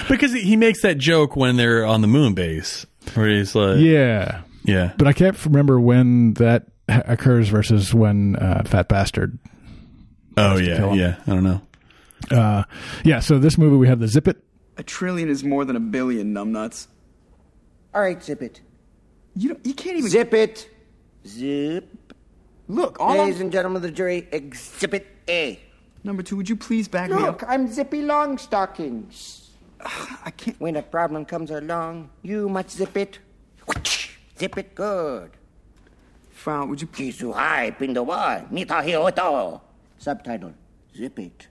Because he makes that joke when they're on the moon base, where he's like,
Yeah.
yeah,
But I can't remember when that ha- occurs versus when uh, Fat Bastard.
oh
to kill
yeah,
him.
yeah. I don't know.
Uh, yeah, so this movie we have the Zip It.
A trillion is more than a billion, numbnuts.
All right, zip it.
You don't, you can't even
zip it. Zip.
Look, all
Ladies
I'm-
and gentlemen of the jury, exhibit A.
Number two, would you please back me up?
Look, I'm Zippy Longstockings. I can't. When a problem comes along, you must zip it. Zip it good.
Frau, would you
please? Kisu hai pindawa mita hioto. Subtitle: Zip it.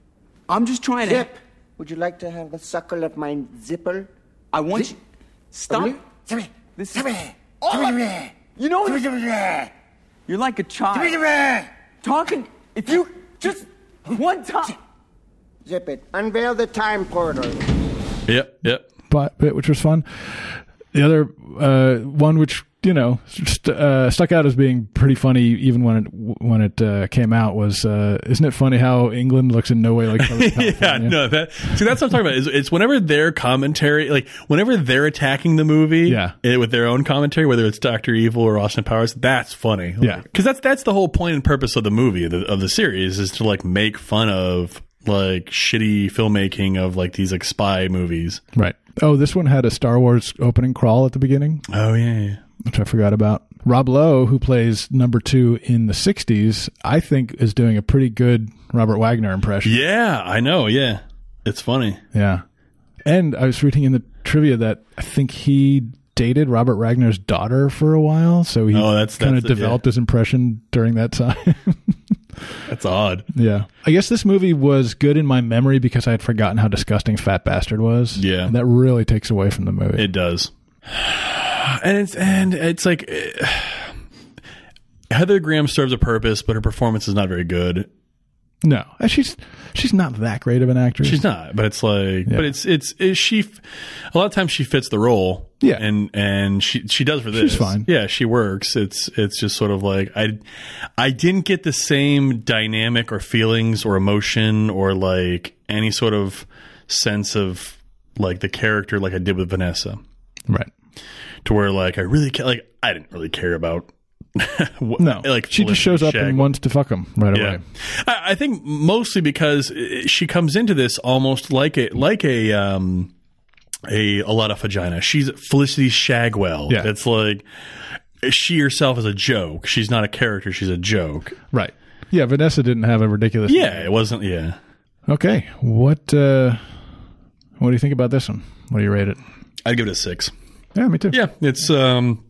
I'm just trying
zip. to. Zip. Would you like to have a suckle of my zipper?
I want you. Stop.
Zip it.
This Oh
zip it.
You know
Zip it. Zip it.
You're like a
Zip it. Zip
child.
it.
Talking. If you just one time.
Zip it. Unveil the time portal.
Yep, yep.
But bit, which was fun. The other uh, one, which you know, st- uh, stuck out as being pretty funny, even when it when it uh, came out, was uh, isn't it funny how England looks in no way like Southern
yeah,
California?
no, that see that's what I'm talking about. Is it's whenever their commentary, like whenever they're attacking the movie,
Yeah.
eh, with their own commentary, whether it's Doctor Evil or Austin Powers, that's funny.
Yeah.
because that's that's the whole point and purpose of the movie the, of the series is to like make fun of like shitty filmmaking of like these like spy movies.
Right. Oh, this one had a Star Wars opening crawl at the beginning.
Oh yeah, yeah.
which I forgot about. Rob Lowe, who plays number two in the 60s, I think is doing a pretty good Robert Wagner impression.
Yeah, I know. Yeah, it's funny.
Yeah. And I was reading in the trivia that I think he dated Robert Wagner's daughter for a while. So he
Oh, that's-
kind of
that's it, yeah.
developed his impression during that time.
That's odd.
yeah. I guess this movie was good in my memory because I had forgotten how disgusting Fat Bastard was.
Yeah.
And that really takes away from the movie.
It does. And it's and it's like eh, Heather Graham serves a purpose, but her performance is not very good.
no. And She's she's not that great of an actress.
She's not, but it's like, but it's it's is she. f- A lot of times she fits the role,
Yeah.
and and she she does for this.
She's fine.
Yeah, she works. It's it's just sort of like I, I didn't get the same dynamic or feelings or emotion or like any sort of sense of like the character like I did with Vanessa.
Right.
to where like I really ca- like I didn't really care about what,
No.
like
she just
Felicity
shows up
Shag-
and wants to fuck him right
yeah.
away.
I, I think mostly because uh, she comes into this almost like a like a um a a lot of vagina. She's Felicity Shagwell.
Yeah.
it's like she herself is a joke. She's not a character. She's a joke.
Right. Yeah, Vanessa didn't have a ridiculous.
Yeah, it wasn't. Yeah,
Okay. What uh what do you think about this one? What do you rate it?
I'd give it a six.
Yeah, me too.
Yeah, it's um,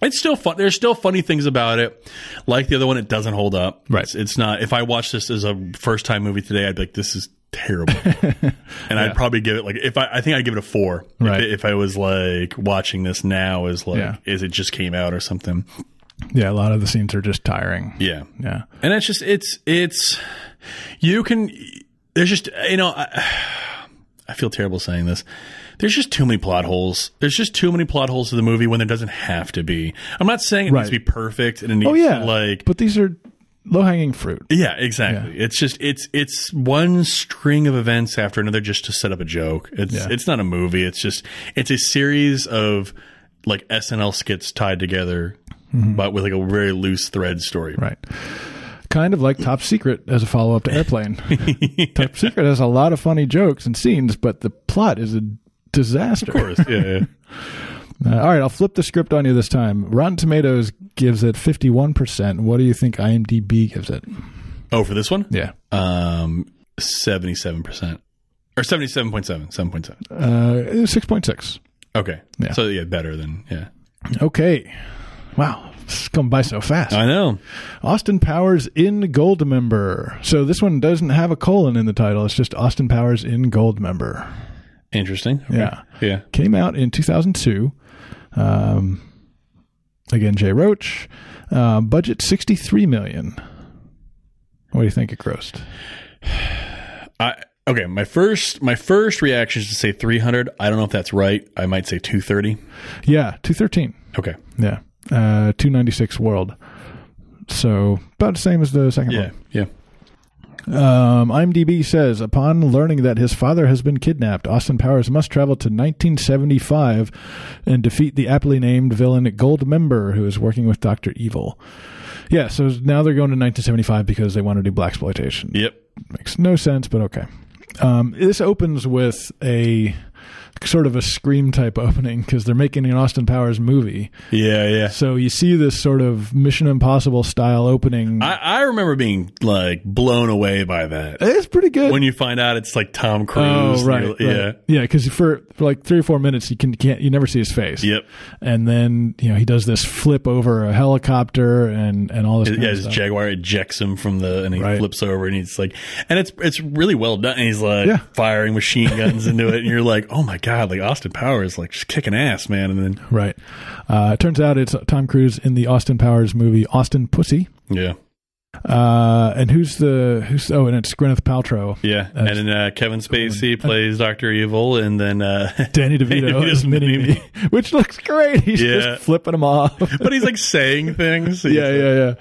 it's still fun. There's still funny things about it. Like the other one, it doesn't hold up. Right. It's, it's not. If I watched this as a first time movie today, I'd be like, this is terrible. and I'd probably give it like if I, I think I'd give it a four.
Right.
If, if I was like watching this now, is like,
Yeah.
is it just came out or something?
Yeah, a lot of the scenes are just tiring.
Yeah.
Yeah.
And it's just it's it's you can there's just you know I, I feel terrible saying this. There's just too many plot holes. There's just too many plot holes to the movie when there doesn't have to be. I'm not saying it needs to
Right.
be perfect and it needs
Oh yeah.
to like
But these are low hanging fruit.
yeah, exactly. It's just it's it's one string of events after another just to set up a joke. It's
Yeah.
it's not a movie. It's just it's a series of like SNL skits tied together, but with like a very loose thread story.
Mm-hmm. Right. Kind of like Top Secret as a follow up to Airplane. Top Secret has a lot of funny jokes and scenes, but the plot is a disaster.
Of course. Yeah. yeah.
Uh, all right, I'll flip the script on you this time. Rotten Tomatoes gives it 51%. What do you think IMDb gives it?
Oh, for this one?
Yeah.
Um, 77%. Or 77.7. 7.7.
Uh, 6.6.
Okay.
Yeah.
So, yeah, better than, yeah.
Okay. Wow, it's come by so fast. I
know.
Austin Powers in Goldmember. So this one doesn't have a colon in the title. It's just Austin Powers in Goldmember.
Interesting. Okay.
Yeah.
Yeah.
Came out in 2002. Um, again, Jay Roach. Uh, budget 63 million. What do you think it grossed?
I okay. My first my first reaction is to say 300. I don't know if that's right. I might say 230.
Yeah, 213.
Okay.
Yeah. Uh, 296 world. So about the same as the second
Yeah.
one.
Yeah.
Um, IMDb says upon learning that his father has been kidnapped, Austin Powers must travel to 1975 and defeat the aptly named villain Goldmember, who is working with Doctor Evil. Yeah, so now they're going to 1975 because they want to do black exploitation.
Yep.
Makes no sense, but okay. Um, this opens with a sort of a scream type opening because they're making an Austin Powers movie.
Yeah. Yeah.
So you see this sort of Mission Impossible style opening.
I, I remember being like blown away by that.
It's pretty good
when you find out it's like Tom Cruise.
Eh. Oh, right,
You-
right.
Yeah.
yeah. Because for, for like three or four minutes, you can can't you never see his face.
Yep.
And then you know he does this flip over a helicopter and and all this. kind
yeah,
of
his
stuff.
jaguar ejects him from the, and he
Right.
flips over, and he's like, and it's it's really well done. And he's like
Yeah.
firing machine guns into it, and you're like, oh my god, like Austin Powers, like just kicking ass, man. And then
Right. Uh, it turns out it's Tom Cruise in the Austin Powers movie Austin Pussy.
yeah,
Uh, and who's the who's oh and it's Gwyneth Paltrow.
yeah, and then uh, Kevin Spacey plays Doctor Evil, and then uh,
Danny DeVito is mini me, which looks great. He's
Yeah.
just flipping him off.
but he's like saying things. He's
yeah,
like-
yeah, yeah,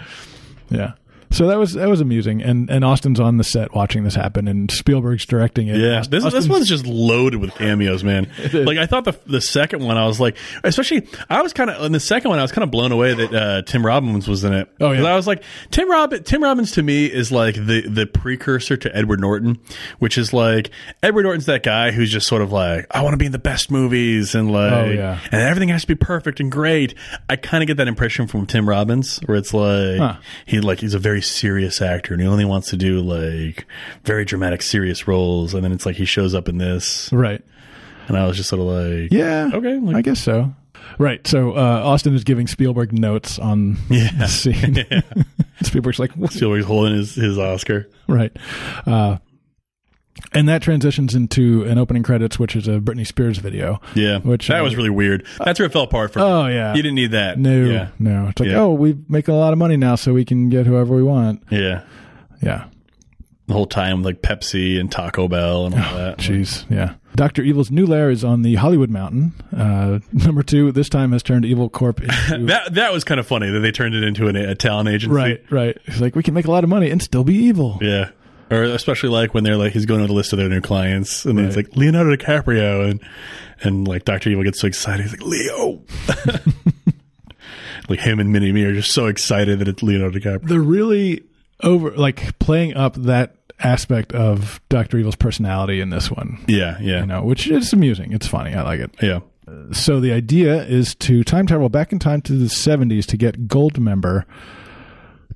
yeah. So that was that was amusing, and and Austin's on the set watching this happen, and Spielberg's directing it.
Yeah,
Aust-
this this
Austin's-
one's just loaded with cameos, man. Like I thought the the second one, I was like, especially I was kind of in the second one, I was kind of blown away that uh, Tim Robbins was in it. Oh yeah, I was like Tim Rob Tim Robbins to me is like the the precursor to Edward Norton, which is like Edward Norton's that guy who's just sort of like I want to be in the best movies and like
Oh, yeah.
and everything has to be perfect and great. I kind of get that impression from Tim Robbins, where it's like
Huh.
he like he's a very serious actor and he only wants to do like very dramatic, serious roles, and then it's like he shows up in this,
right?
And I was just sort of like,
Yeah.
okay,
I guess so. Right. So uh, Austin is giving Spielberg notes on the scene. Spielberg's like, "What?"
Spielberg's holding his his Oscar.
right. Uh, and that transitions into an opening credits, which is a Britney Spears video.
Yeah,
Which,
that
uh,
was really weird. That's where it fell apart for me.
Oh, yeah.
you didn't need that.
No,
yeah,
no. It's like,
Yeah.
oh, we make a lot of money now, so we can get whoever we want.
yeah,
Yeah.
the whole time like Pepsi and Taco Bell and all that.
Oh, Jeez, yeah. Dr. Evil's new lair is on the Hollywood Mountain. Uh, number two, this time has turned Evil Corp into
that that was kind of funny that they turned it into an, a talent agency.
Right, right. He's like, we can make a lot of money and still be evil.
Yeah. Or especially like when they're like he's going on the list of their new clients and then it's like Leonardo DiCaprio and and like Doctor Evil gets so excited he's like Leo. like him and Minnie Me are just so excited that it's Leonardo DiCaprio.
They're really over, like playing up that aspect of Doctor Evil's personality in this one.
Yeah, yeah,
You know, which is amusing. It's funny. I like it.
yeah.
So the idea is to time travel back in time to the '70s to get Goldmember,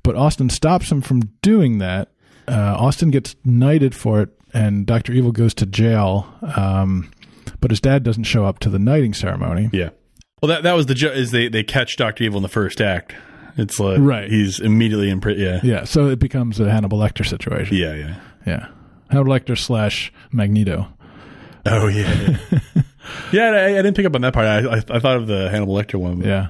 but Austin stops him from doing that. Uh, Austin gets knighted for it, and Doctor Evil goes to jail. Um, but his dad doesn't show up to the knighting ceremony.
Yeah. Well, that that was the jo- is they they catch Doctor Evil in the first act. It's like
Right.
He's immediately in prison. Yeah.
Yeah, so it becomes a Hannibal Lecter situation.
Yeah. Yeah.
Yeah. Hannibal Lecter slash Magneto.
Oh yeah. yeah. I, I didn't pick up on that part. I, I I thought of the Hannibal Lecter one. but-
Yeah.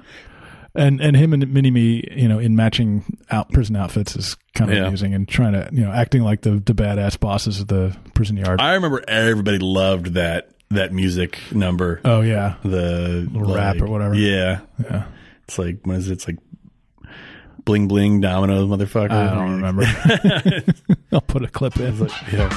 And and him and Mini Me, you know, in matching out prison outfits is kind of
Yeah.
amusing and trying to you know, acting like the, the badass bosses of the prison yard.
I remember everybody loved that that music number.
oh yeah.
the
rap or whatever.
Yeah,
Yeah.
It's like what is it? It's like bling bling domino motherfucker.
I don't remember. I'll put a clip in.
yeah.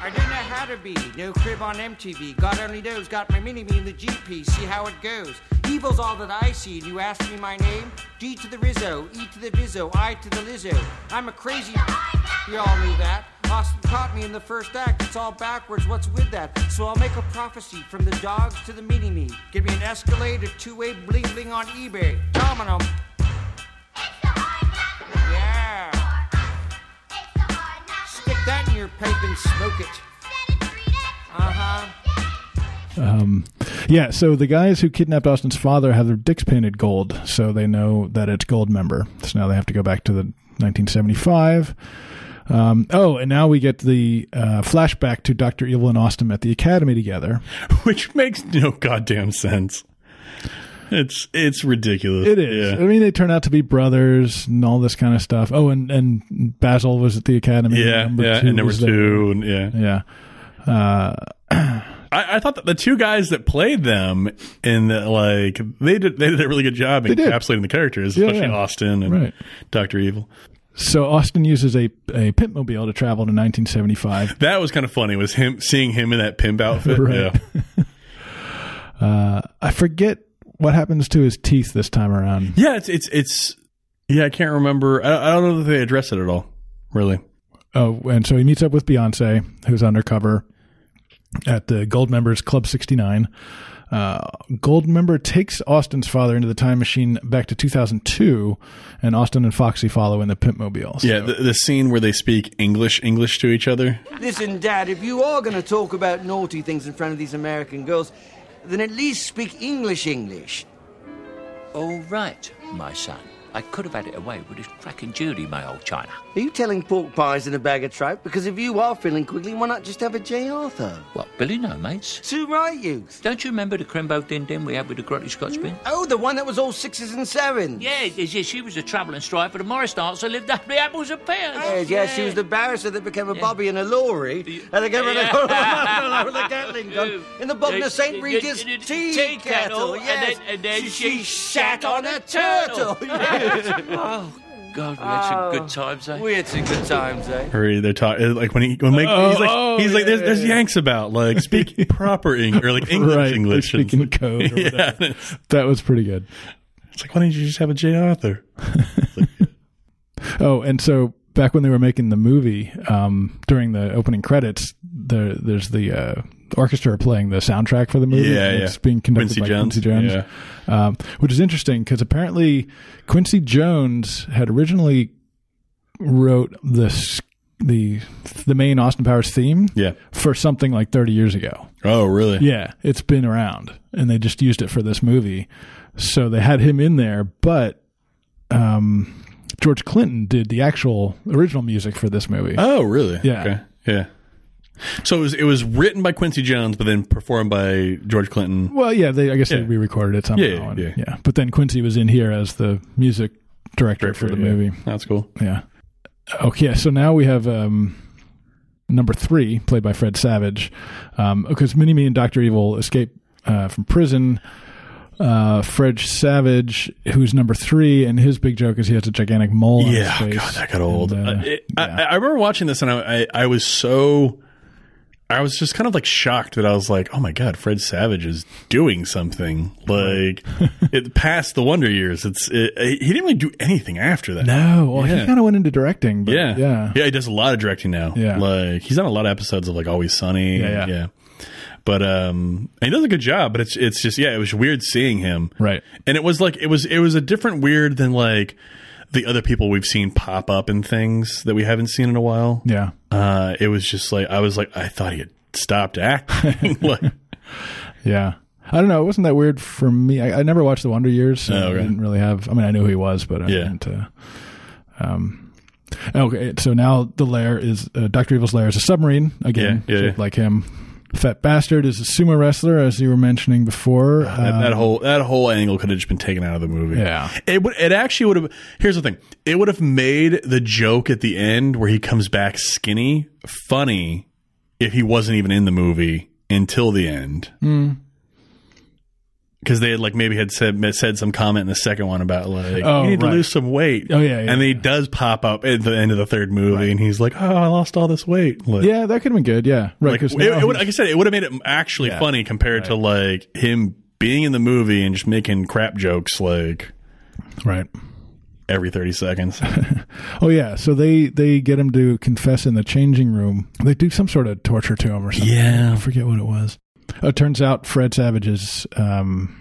I don't know how to be. No crib on MTV. God only knows. Got my mini me in the GP. See how it goes. Evil's all that I see. And you ask me my name? D to the Rizzo, E to the Bizzo, I to the Lizzo. I'm a crazy. We all knew that. Austin caught me in the first act. It's all backwards. What's with that? So I'll make a prophecy from the dogs to the mini me. Give me an Escalade, a two-way bling bling on eBay. Domino. Yeah. Stick that
Uh-huh.
in your pipe and smoke it. Uh huh.
Um, Yeah, so the guys who kidnapped Austin's father have their dicks painted gold, so they know that it's gold member. So now they have to go back to the 1975. Um, oh, and now we get the uh, flashback to Dr. Evil and Austin at the academy together.
which makes no goddamn sense. It's it's ridiculous.
It is.
Yeah.
I mean, they turn out to be brothers and all this kind of stuff. Oh, and, and Basil was at the academy.
yeah,
Number
yeah,
two
and number
was there.
two, and yeah,
Yeah. Uh,
I, I thought that the two guys that played them in the, like they did they did a really good job
They
in
did.
encapsulating the characters,
Yeah,
especially
yeah.
Austin and
Right.
Doctor Evil.
so Austin uses a, a pitmobile to travel to 1975.
That was kind of funny. Was him seeing him in that pimp outfit?
Right.
Yeah.
Uh, I forget what happens to his teeth this time around.
yeah, it's it's it's yeah. I can't remember. I, I don't know that they address it at all. Really.
Oh, and so he meets up with Beyonce, who's undercover at the Gold Members Club 69. Uh, Gold Member takes Austin's father into the time machine back to 2002, and Austin and Foxy follow in the Pitmobile.
Yeah, the, the scene where they speak English English to each other.
Listen, Dad, if you are going to talk about naughty things in front of these American girls, then at least speak English English.
All right, my son. I could have had it away with this cracking Judy, my old China.
Are you telling pork pies and a bag of trout? Because if you are feeling quickly, why not just have a J. Arthur?
What, Billy? No, mates.
Too right, you.
Don't you remember the Crembo Din Din we had with the grotty Scotch bin?
Oh, the one that was all sixes and sevens.
Yeah, yeah, yeah, she was a trouble and strife for the Morris dancer lived up the apples and pears.
Oh,
Yes, yes, she was the barrister that became a bobby in a lorry, and they gave her
Yeah.
the, with a Gatling gun Ah. in the bottom of St. Regis
Yeah.
tea kettle.
and
Yes,
then- and then she
sat on a
turtle.
turtle. Yes.
Oh, God, we had some good times, eh?
We had some good times, eh?
Or they're talking like when he when like,
Oh,
he's like
oh,
he's like
yeah,
there's,
yeah,
there's
yeah.
Yanks about like speak proper English or like English
Right,
English
they're speaking
It's like-
code or
Yeah,
whatever.
it's,
That was pretty good.
it's like why don't you just have a J Arthur?
Oh, and so back when they were making the movie, um, during the opening credits, there, there's the uh, orchestra playing the soundtrack for the movie.
Yeah,
and
yeah.
It's being conducted
Quincy
by
Jones,
Quincy Jones,
yeah.
um, which is interesting because apparently Quincy Jones had originally wrote the s- the the main Austin Powers theme
Yeah.
for something like 30 years ago.
Oh, really?
Yeah, it's been around, and they just used it for this movie. So they had him in there, but um, George Clinton did the actual original music for this movie.
Oh, really?
Yeah.
Okay. Yeah. So it was it was written by Quincy Jones, but then performed by George Clinton.
Well, yeah, they I guess they
Yeah.
re-recorded it somehow.
Yeah, yeah,
and-
yeah.
But then Quincy was in here as the music director, for the
yeah.
movie.
That's cool.
Yeah. Okay, so now we have um, number three, played by Fred Savage, um, because Mini Me and Doctor Evil escape uh, from prison. Uh, Fred Savage, who's number three, and his big joke is he has a gigantic mole. on his
Yeah,
face.
God, that got old.
And, uh,
I, it- I, I remember watching this, and I, I, I was so, I was just kind of like shocked that I was like, oh my god, Fred Savage is doing something like it past the Wonder Years. It's it, uh, he didn't really do anything after that.
no, well,
yeah.
he kind of went into directing. But
yeah,
yeah,
he does a lot of directing now.
Yeah.
like he's on a lot of episodes of like Always Sunny.
Yeah, yeah.
But um, and he does a good job. But it's it's just yeah, it was weird seeing him.
Right.
and it was like it was it was a different weird than like the other people we've seen pop up in things that we haven't seen in a while.
Yeah.
Uh, it was just like I was like I thought he had stopped acting. like,
yeah. I don't know. It wasn't that weird for me. I, I never watched The Wonder Years. So
Oh, okay.
I didn't really have. I mean, I knew who he was, but I
Yeah.
didn't. Uh, um, okay, so now the lair is uh, Doctor Evil's lair is a submarine again,
Yeah, yeah,
shaped
yeah.
like him. Fat bastard is a sumo wrestler, as you were mentioning before.
that,
Um,
that whole that whole angle could have just been taken out of the movie.
Yeah.
it would. It actually would have. Here's the thing: it would have made the joke at the end where he comes back skinny funny if he wasn't even in the movie until the end
Hmm.
because they had like maybe had said said some comment in the second one about like
Oh,
you need
right.
to lose some weight.
Oh, yeah, yeah,
and then he does pop up at the end of the third movie, and he's like, "Oh, I lost all this weight." Like,
yeah, that could have been good. Yeah, right.
like,
'cause
it-
now
it would-
he's-
like I said, it would have made it actually
Yeah,
funny compared to like him being in the movie and just making crap jokes like
right
every thirty seconds.
oh yeah, so they they get him to confess in the changing room. They do some sort of torture to him or something.
Yeah.
I forget what it was. Oh, it turns out Fred Savage is um,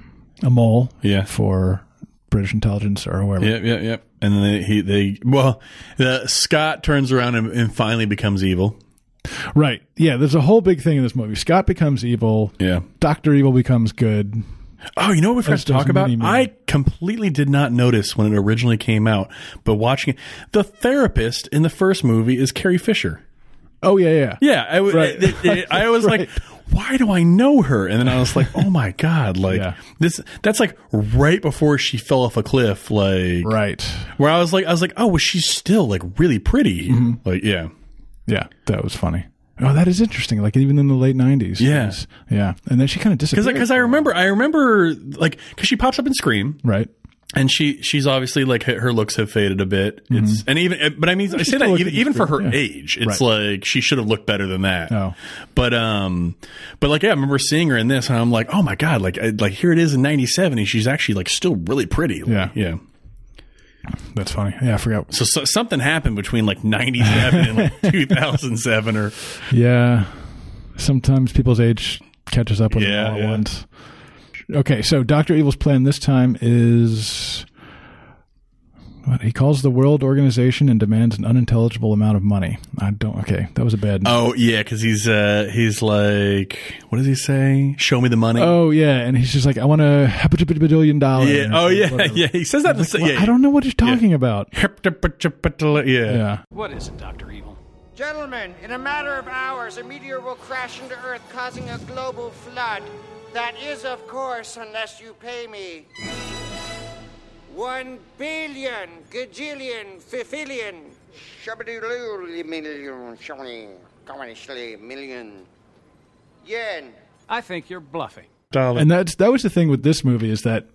a mole.
Yeah.
for British intelligence or whoever.
Yep, yep, yep. And then they, he, they, well, the, Scott turns around and, and finally becomes evil.
Right. Yeah, there's a whole big thing in this movie. Scott becomes evil.
Yeah.
Doctor Evil becomes good.
Oh, you know what we forgot
As
to talk
does
about?
Mini-Me.
I completely did not notice when it originally came out, but watching it, the therapist in the first movie is Carrie Fisher.
Oh yeah, yeah.
Yeah, I, w-
Right.
it- it- I was like, why do I know her? And then I was like, oh my god, like this. That's like right before she fell off a cliff, like
right
where I was like, I was like, oh, well, she's still like really pretty, like yeah,
yeah. That was funny. Oh, that is interesting. Like even in the late '90s. Yes. Yeah. And then she kind of disappeared.
because because I remember I remember like because she pops up in Scream,
right?
And she she's obviously like her her looks have faded a bit. It's and even eh, but I mean I
She
say that
Mm-hmm. still
even,
looked
even for her
good, yeah.
age, it's
Right.
like she should have looked better than that.
Oh.
But um, but like yeah, I remember seeing her in this, and I'm like, oh my god, like I, like here it is in '97, and she's actually like still really pretty. Like,
Yeah.
yeah.
That's funny. Yeah, I forgot.
So, so something happened between like '97 and like 2007, or
Yeah. Sometimes people's age catches up with them
Yeah,
all
yeah.
at once. Okay, so Dr. Evil's plan this time is what he calls the World Organization and demands an unintelligible amount of money. I don't okay, that was a bad
oh yeah, because he's uh he's like, what does he say? Show me the money.
Oh yeah, and he's just like, I want a billion dollars.
yeah. Oh yeah, yeah. He says that. to, yeah,
I don't know what he's talking about.
yeah.
Yeah.
What is it, Dr. Evil?
Gentlemen, in a matter of hours, a meteor will crash into Earth, causing a global flood. That is, of course, unless you pay me. One billion, gajillion, fifillion.
Shabadoo million, shawny, commonly million.
Yen.
I think you're bluffing.
And that's that was the thing with this movie is that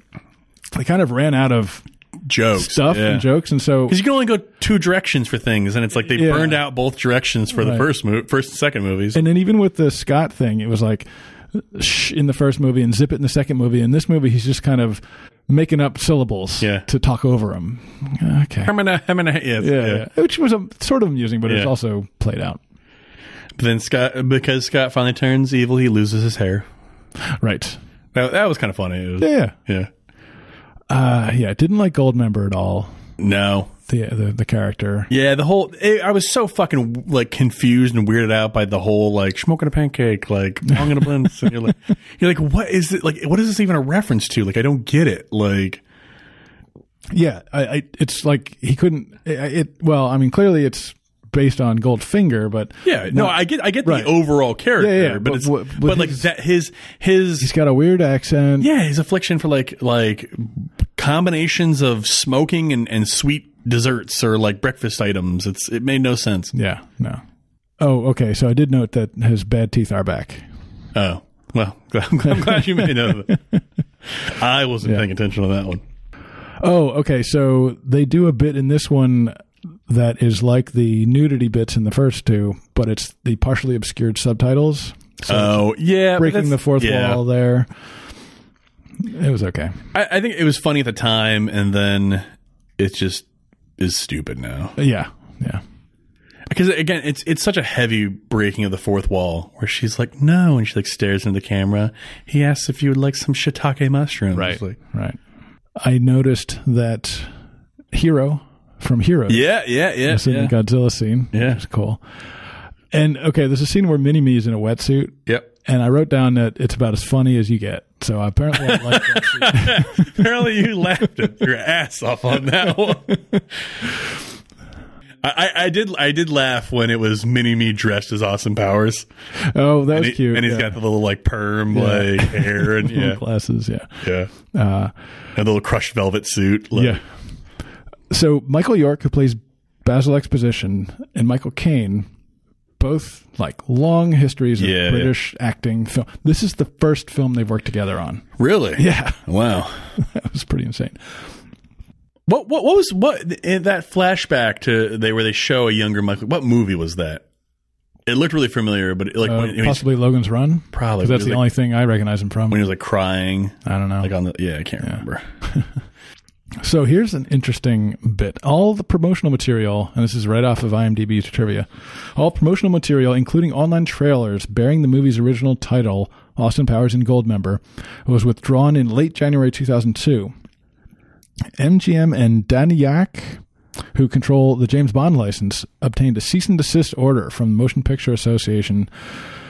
they kind of ran out of
jokes
stuff
yeah.
and jokes and so
Because you can only go two directions for things, and it's like they
Yeah.
burned out both directions for the
Right.
first mo- first and second movies.
And then even with the Scott thing, it was like shh in the first movie and zip it in the second movie. In this movie, he's just kind of making up syllables to talk over him. Okay.
Hermina, Hermina, yes,
Yeah,
yeah.
yeah. which was a, sort of amusing, but it was
Yeah.
also played out.
But then Scott, because Scott finally turns evil, he loses his hair.
Right.
That, that was kind of funny. It was-
Yeah.
yeah.
Uh, yeah, I didn't like Goldmember at all.
No.
The the, the character.
Yeah, the whole it, I was so fucking like confused and weirded out by the whole like smoking a pancake, like long in a blend. and you're like, you're like, what is it? Like, what is this even a reference to? Like, I don't get it. Like,
Yeah, I, I it's like he couldn't. It, it well, I mean, clearly it's based on Goldfinger, but
yeah, no,
not-
I get, I get
Right.
the overall character,
Yeah, yeah,
but,
but
it's,
what-
but,
but
like
his-
that his his
he's got a weird accent.
Yeah, his affliction for like like combinations of smoking and, and sweet desserts or like breakfast items. It's it made no sense.
Yeah, no. Oh, okay. So I did note that his bad teeth are back.
Oh well, I'm glad, I'm glad you made note of it. I wasn't paying attention to that one.
Oh, okay. So they do a bit in this one that is like the nudity bits in the first two, but it's the partially obscured subtitles. So
oh yeah, but
breaking
that's-
the fourth
yeah.
wall there. It was okay.
I, I think it was funny at the time, and then it just is stupid now.
Yeah, yeah.
Because again, it's it's such a heavy breaking of the fourth wall where she's like, "No," and she like stares into the camera. He asks if you would like some shiitake mushrooms. Right.
Right. I noticed that Hero from Heroes.
Yeah, yeah, yeah,
was in
yeah.
the Godzilla scene.
Yeah.
It's cool. And okay, there's a scene where Mini Me is in a wetsuit.
Yep.
And I wrote down that it's about as funny as you get. So apparently I like that scene.
Apparently, you laughed your ass off on that one. I, I- I did. I did laugh when it was Mini Me dressed as Austin Powers.
Oh, that
and
was
he-
cute.
And he's
yeah.
got the little like perm,
Yeah.
like hair, and
Little
yeah,
glasses, yeah.
yeah,
Uh,
and the little crushed velvet suit. Like,
yeah. So Michael York, who plays Basil Exposition, and Michael Caine, both like long histories of
Yeah, yeah.
British acting film. This is the first film they've worked together on.
Really?
Yeah.
Wow.
that was pretty insane.
What what what was what in that flashback to they where they show a younger Michael? What movie was that? It looked really familiar, but it, like
Uh,
when, when he's-
possibly Logan's Run.
Probably.
'Cause that's the
Like-
only thing I recognize him from.
when he was like crying.
I don't know.
Like on the yeah, I can't remember.
So here's an interesting bit. All the promotional material, and this is right off of IMDb trivia, all promotional material, including online trailers bearing the movie's original title, Austin Powers and Goldmember, was withdrawn in late January 2002. MGM and Daniak who control the James Bond license, obtained a cease and desist order from the Motion Picture Association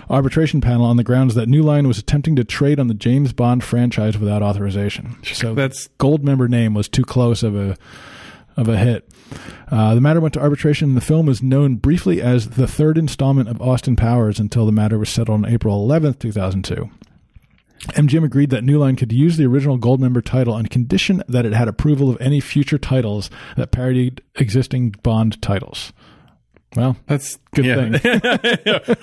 arbitration panel on the grounds that New Line was attempting to trade on the James Bond franchise without authorization. So that's gold member name was too close of a of a hit. Uh, the matter went to arbitration, and the film was known briefly as the third installment of Austin Powers until the matter was settled on April 11th, 2002. MGM agreed that New Line could use the original Goldmember title on condition that it had approval of any future titles that parodied existing Bond titles. Well, that's good thing.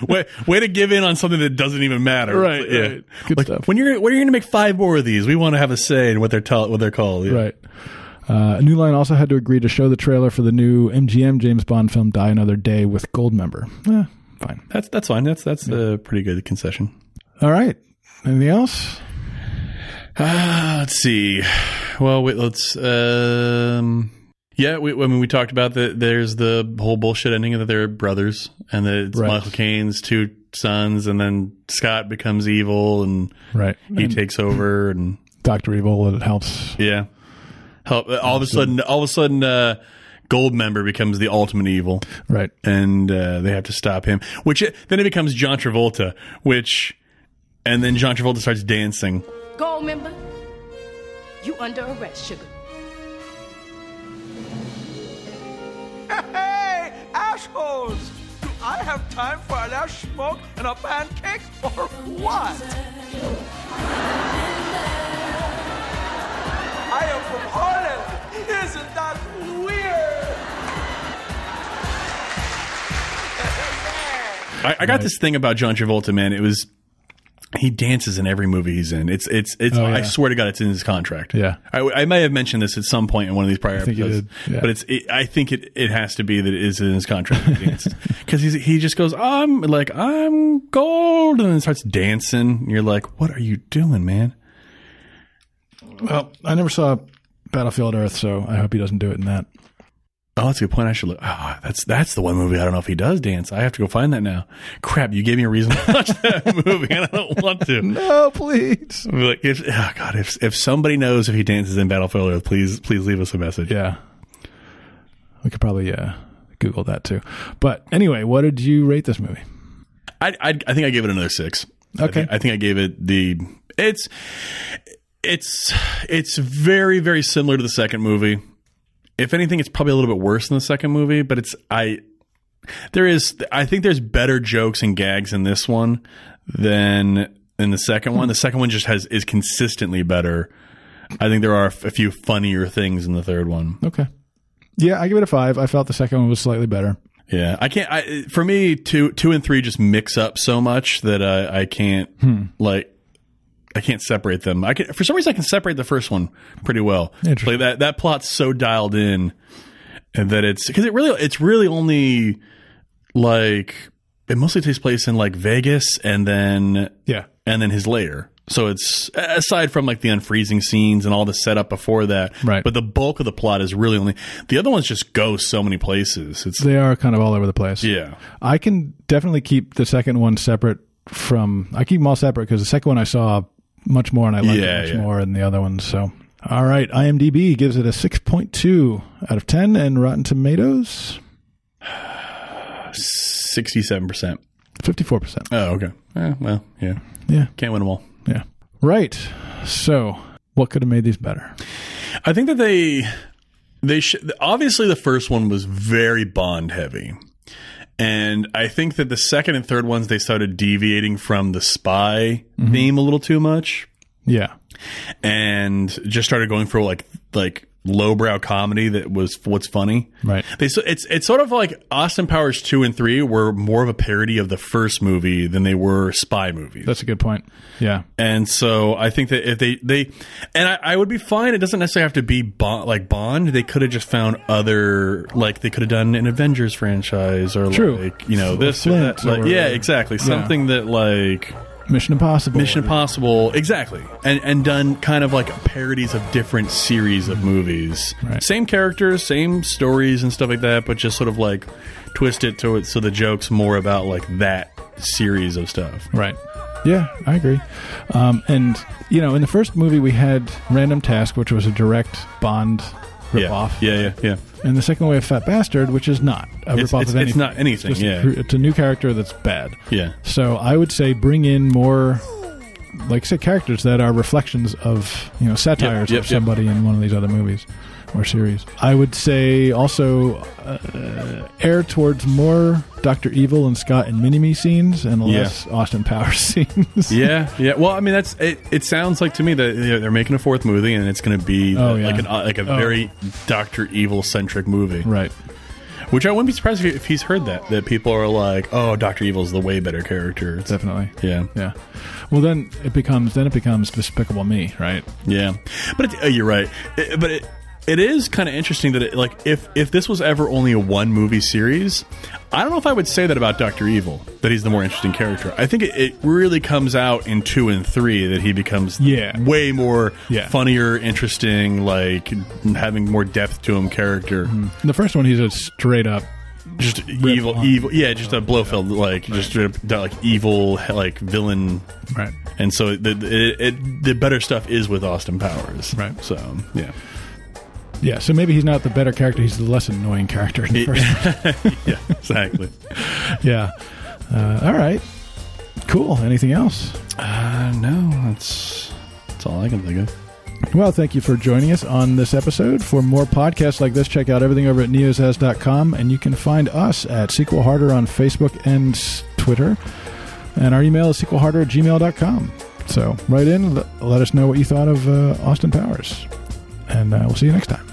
way, way to give in on something that doesn't even matter.
Right,
Yeah.
right. Good
Like, When you're when you're going to make five more of these, we want to have a say in what they're tell, what they're called. Yeah.
Right. Uh, New Line also had to agree to show the trailer for the new MGM James Bond film Die Another Day with Goldmember. Eh, fine.
That's that's fine. That's that's a pretty good concession.
All right. Anything else?
Uh, let's see. Well, wait, let's. Um, yeah, we, I mean, we talked about that. There's the whole bullshit ending that they're brothers, and that it's
Right.
Michael Caine's two sons, and then Scott becomes evil, and
Right. E
he
And-
takes over, and
Dr. Evil, it helps.
yeah, help. All of a sudden, all of a sudden, uh, Gold member becomes the ultimate evil,
right?
And uh, they have to stop him. Which then it becomes John Travolta, which, and then John Travolta starts dancing.
Gold member, you under arrest, sugar.
Hey, assholes! Do I have time for a last smoke and a pancake or what? I am from Holland. Isn't that weird?
I, I got this thing about John Travolta, man. It was he dances in every movie he's in. It's it's it's.
Oh, yeah.
I swear to God, it's in his contract.
Yeah.
I, I may have mentioned this at some point in one of these prior
I think you
episodes,
did, yeah.
but it's. It, I think it, it has to be that it is in his contract because he just goes, I'm like I'm gold, and then starts dancing. And you're like, what are you doing, man?
Well, I never saw Battlefield Earth, so I hope he doesn't do it in that.
Oh, that's a good point. I should look. Oh, that's that's the one movie. I don't know if he does dance. I have to go find that now. Crap, you gave me a reason to watch that movie, and I don't want to.
No, please.
Be Like if, oh God, if if somebody knows if he dances in Battlefield Earth, please please leave us a message.
Yeah, We could probably uh, Google that too. But anyway, what did you rate this movie?
I I, I think I gave it another six.
Okay.
I think, I think I gave it the it's it's it's very very similar to the second movie. If anything, it's probably a little bit worse than the second movie, but it's I there is I think there's better jokes and gags in this one than in the second one. The second one just has is consistently better. I think there are a few funnier things in the third one.
Okay. Yeah, I give it a five. I felt the second one was slightly better.
Yeah, I can't. I, for me, two, two and three just mix up so much that I, I can't
Hmm.
like, I can't separate them. I can for some reason I can separate the first one pretty well. Like that that plot's so dialed in, and that it's because it really it's really only like it mostly takes place in like Vegas and then
yeah
and then his lair. So it's aside from like the unfreezing scenes and all the setup before that,
Right.
But the bulk of the plot is really only the other ones just go so many places. It's
They are kind of all over the place.
yeah.
I can definitely keep the second one separate from. I keep them all separate because the second one I saw much more and I liked
Yeah,
it much
yeah.
more than the other ones. So, all right, IMDb gives it a six point two out of ten, and Rotten Tomatoes
67%.
fifty four percent.
Oh, okay. Eh, well, yeah.
Yeah.
Can't win them all.
Yeah. Right. So, what could have made these better?
I think that they they should obviously the first one was very bond heavy. And I think that the second and third ones they started deviating from the spy theme a little too much
Yeah.
and just started going for like like lowbrow comedy that was what's funny.
Right.
They so it's it's sort of like Austin Powers 2 and 3 were more of a parody of the first movie than they were spy movies.
That's a good point. Yeah.
And so I think that if they they and I, I would be fine. It doesn't necessarily have to be bond, like Bond. They could have just found other like they could have done an Avengers franchise or
True.
like you know
Or
this or
Flint
that. Like,
or-
yeah, exactly.
Yeah.
Something that like
Mission Impossible.
Mission Impossible, exactly, and and done kind of like parodies of different series of movies. Same characters, same stories and stuff like that, but just sort of like twist it to it so the jokes more about like that series of stuff.
Right. Yeah, I agree. Um, and you know, in the first movie, we had Random Task, which was a direct Bond
yeah. Yeah, yeah, yeah.
and the second wave Fat Bastard, which is not a
It's-
ripoff
it's-
of anything.
it's not anything,
It's, just
yeah.
a, cr- it's a new character that's bad.
Yeah.
So I would say bring in more, like say characters that are reflections of you know satires of
yep, yep.
somebody in one of these other movies or series. I would say also uh, air towards more Doctor Evil and Scott and Minimi scenes and
Yeah.
less Austin Powers scenes.
yeah, yeah. Well, I mean, that's it. It sounds like to me that you know, they're making a fourth movie, and it's going to be
Oh,
uh,
yeah.
like an uh, like a
Oh.
very Doctor Evil centric movie,
right?
Which I wouldn't be surprised if, he- if he's heard that that people are like, "Oh, Doctor Evil's the way better character." It's-
Definitely.
yeah,
Yeah. Well, then it becomes then it becomes Despicable Me, right?
yeah. But it, uh, you're right. It- but it it is kind of interesting that it, like if if this was ever only a one movie series, I don't know if I would say that about Doctor Evil that he's the more interesting character. I think it, it really comes out in two and three that he becomes
Yeah.
way more
Yeah.
funnier, interesting, like having more depth to him character.
In the first one, he's a straight up
Just evil, evil, yeah, just a Blofeld, like just straight up, like evil, like villain,
Right.
And so the it, it, the better stuff is with Austin Powers, right? So yeah,
Yeah, so maybe he's not the better character; he's the less annoying character in the first.
yeah, exactly.
yeah. Uh, all right. Cool. Anything else?
Uh, no, that's that's all I can think of.
Well, thank you for joining us on this episode. For more podcasts like this, check out everything over at neosaz.com, and you can find us at Sequel Harder on Facebook and s- Twitter. And our email is sequelharder at gmail.com. So write in, let, let us know what you thought of uh, Austin Powers, and uh, we'll see you next time.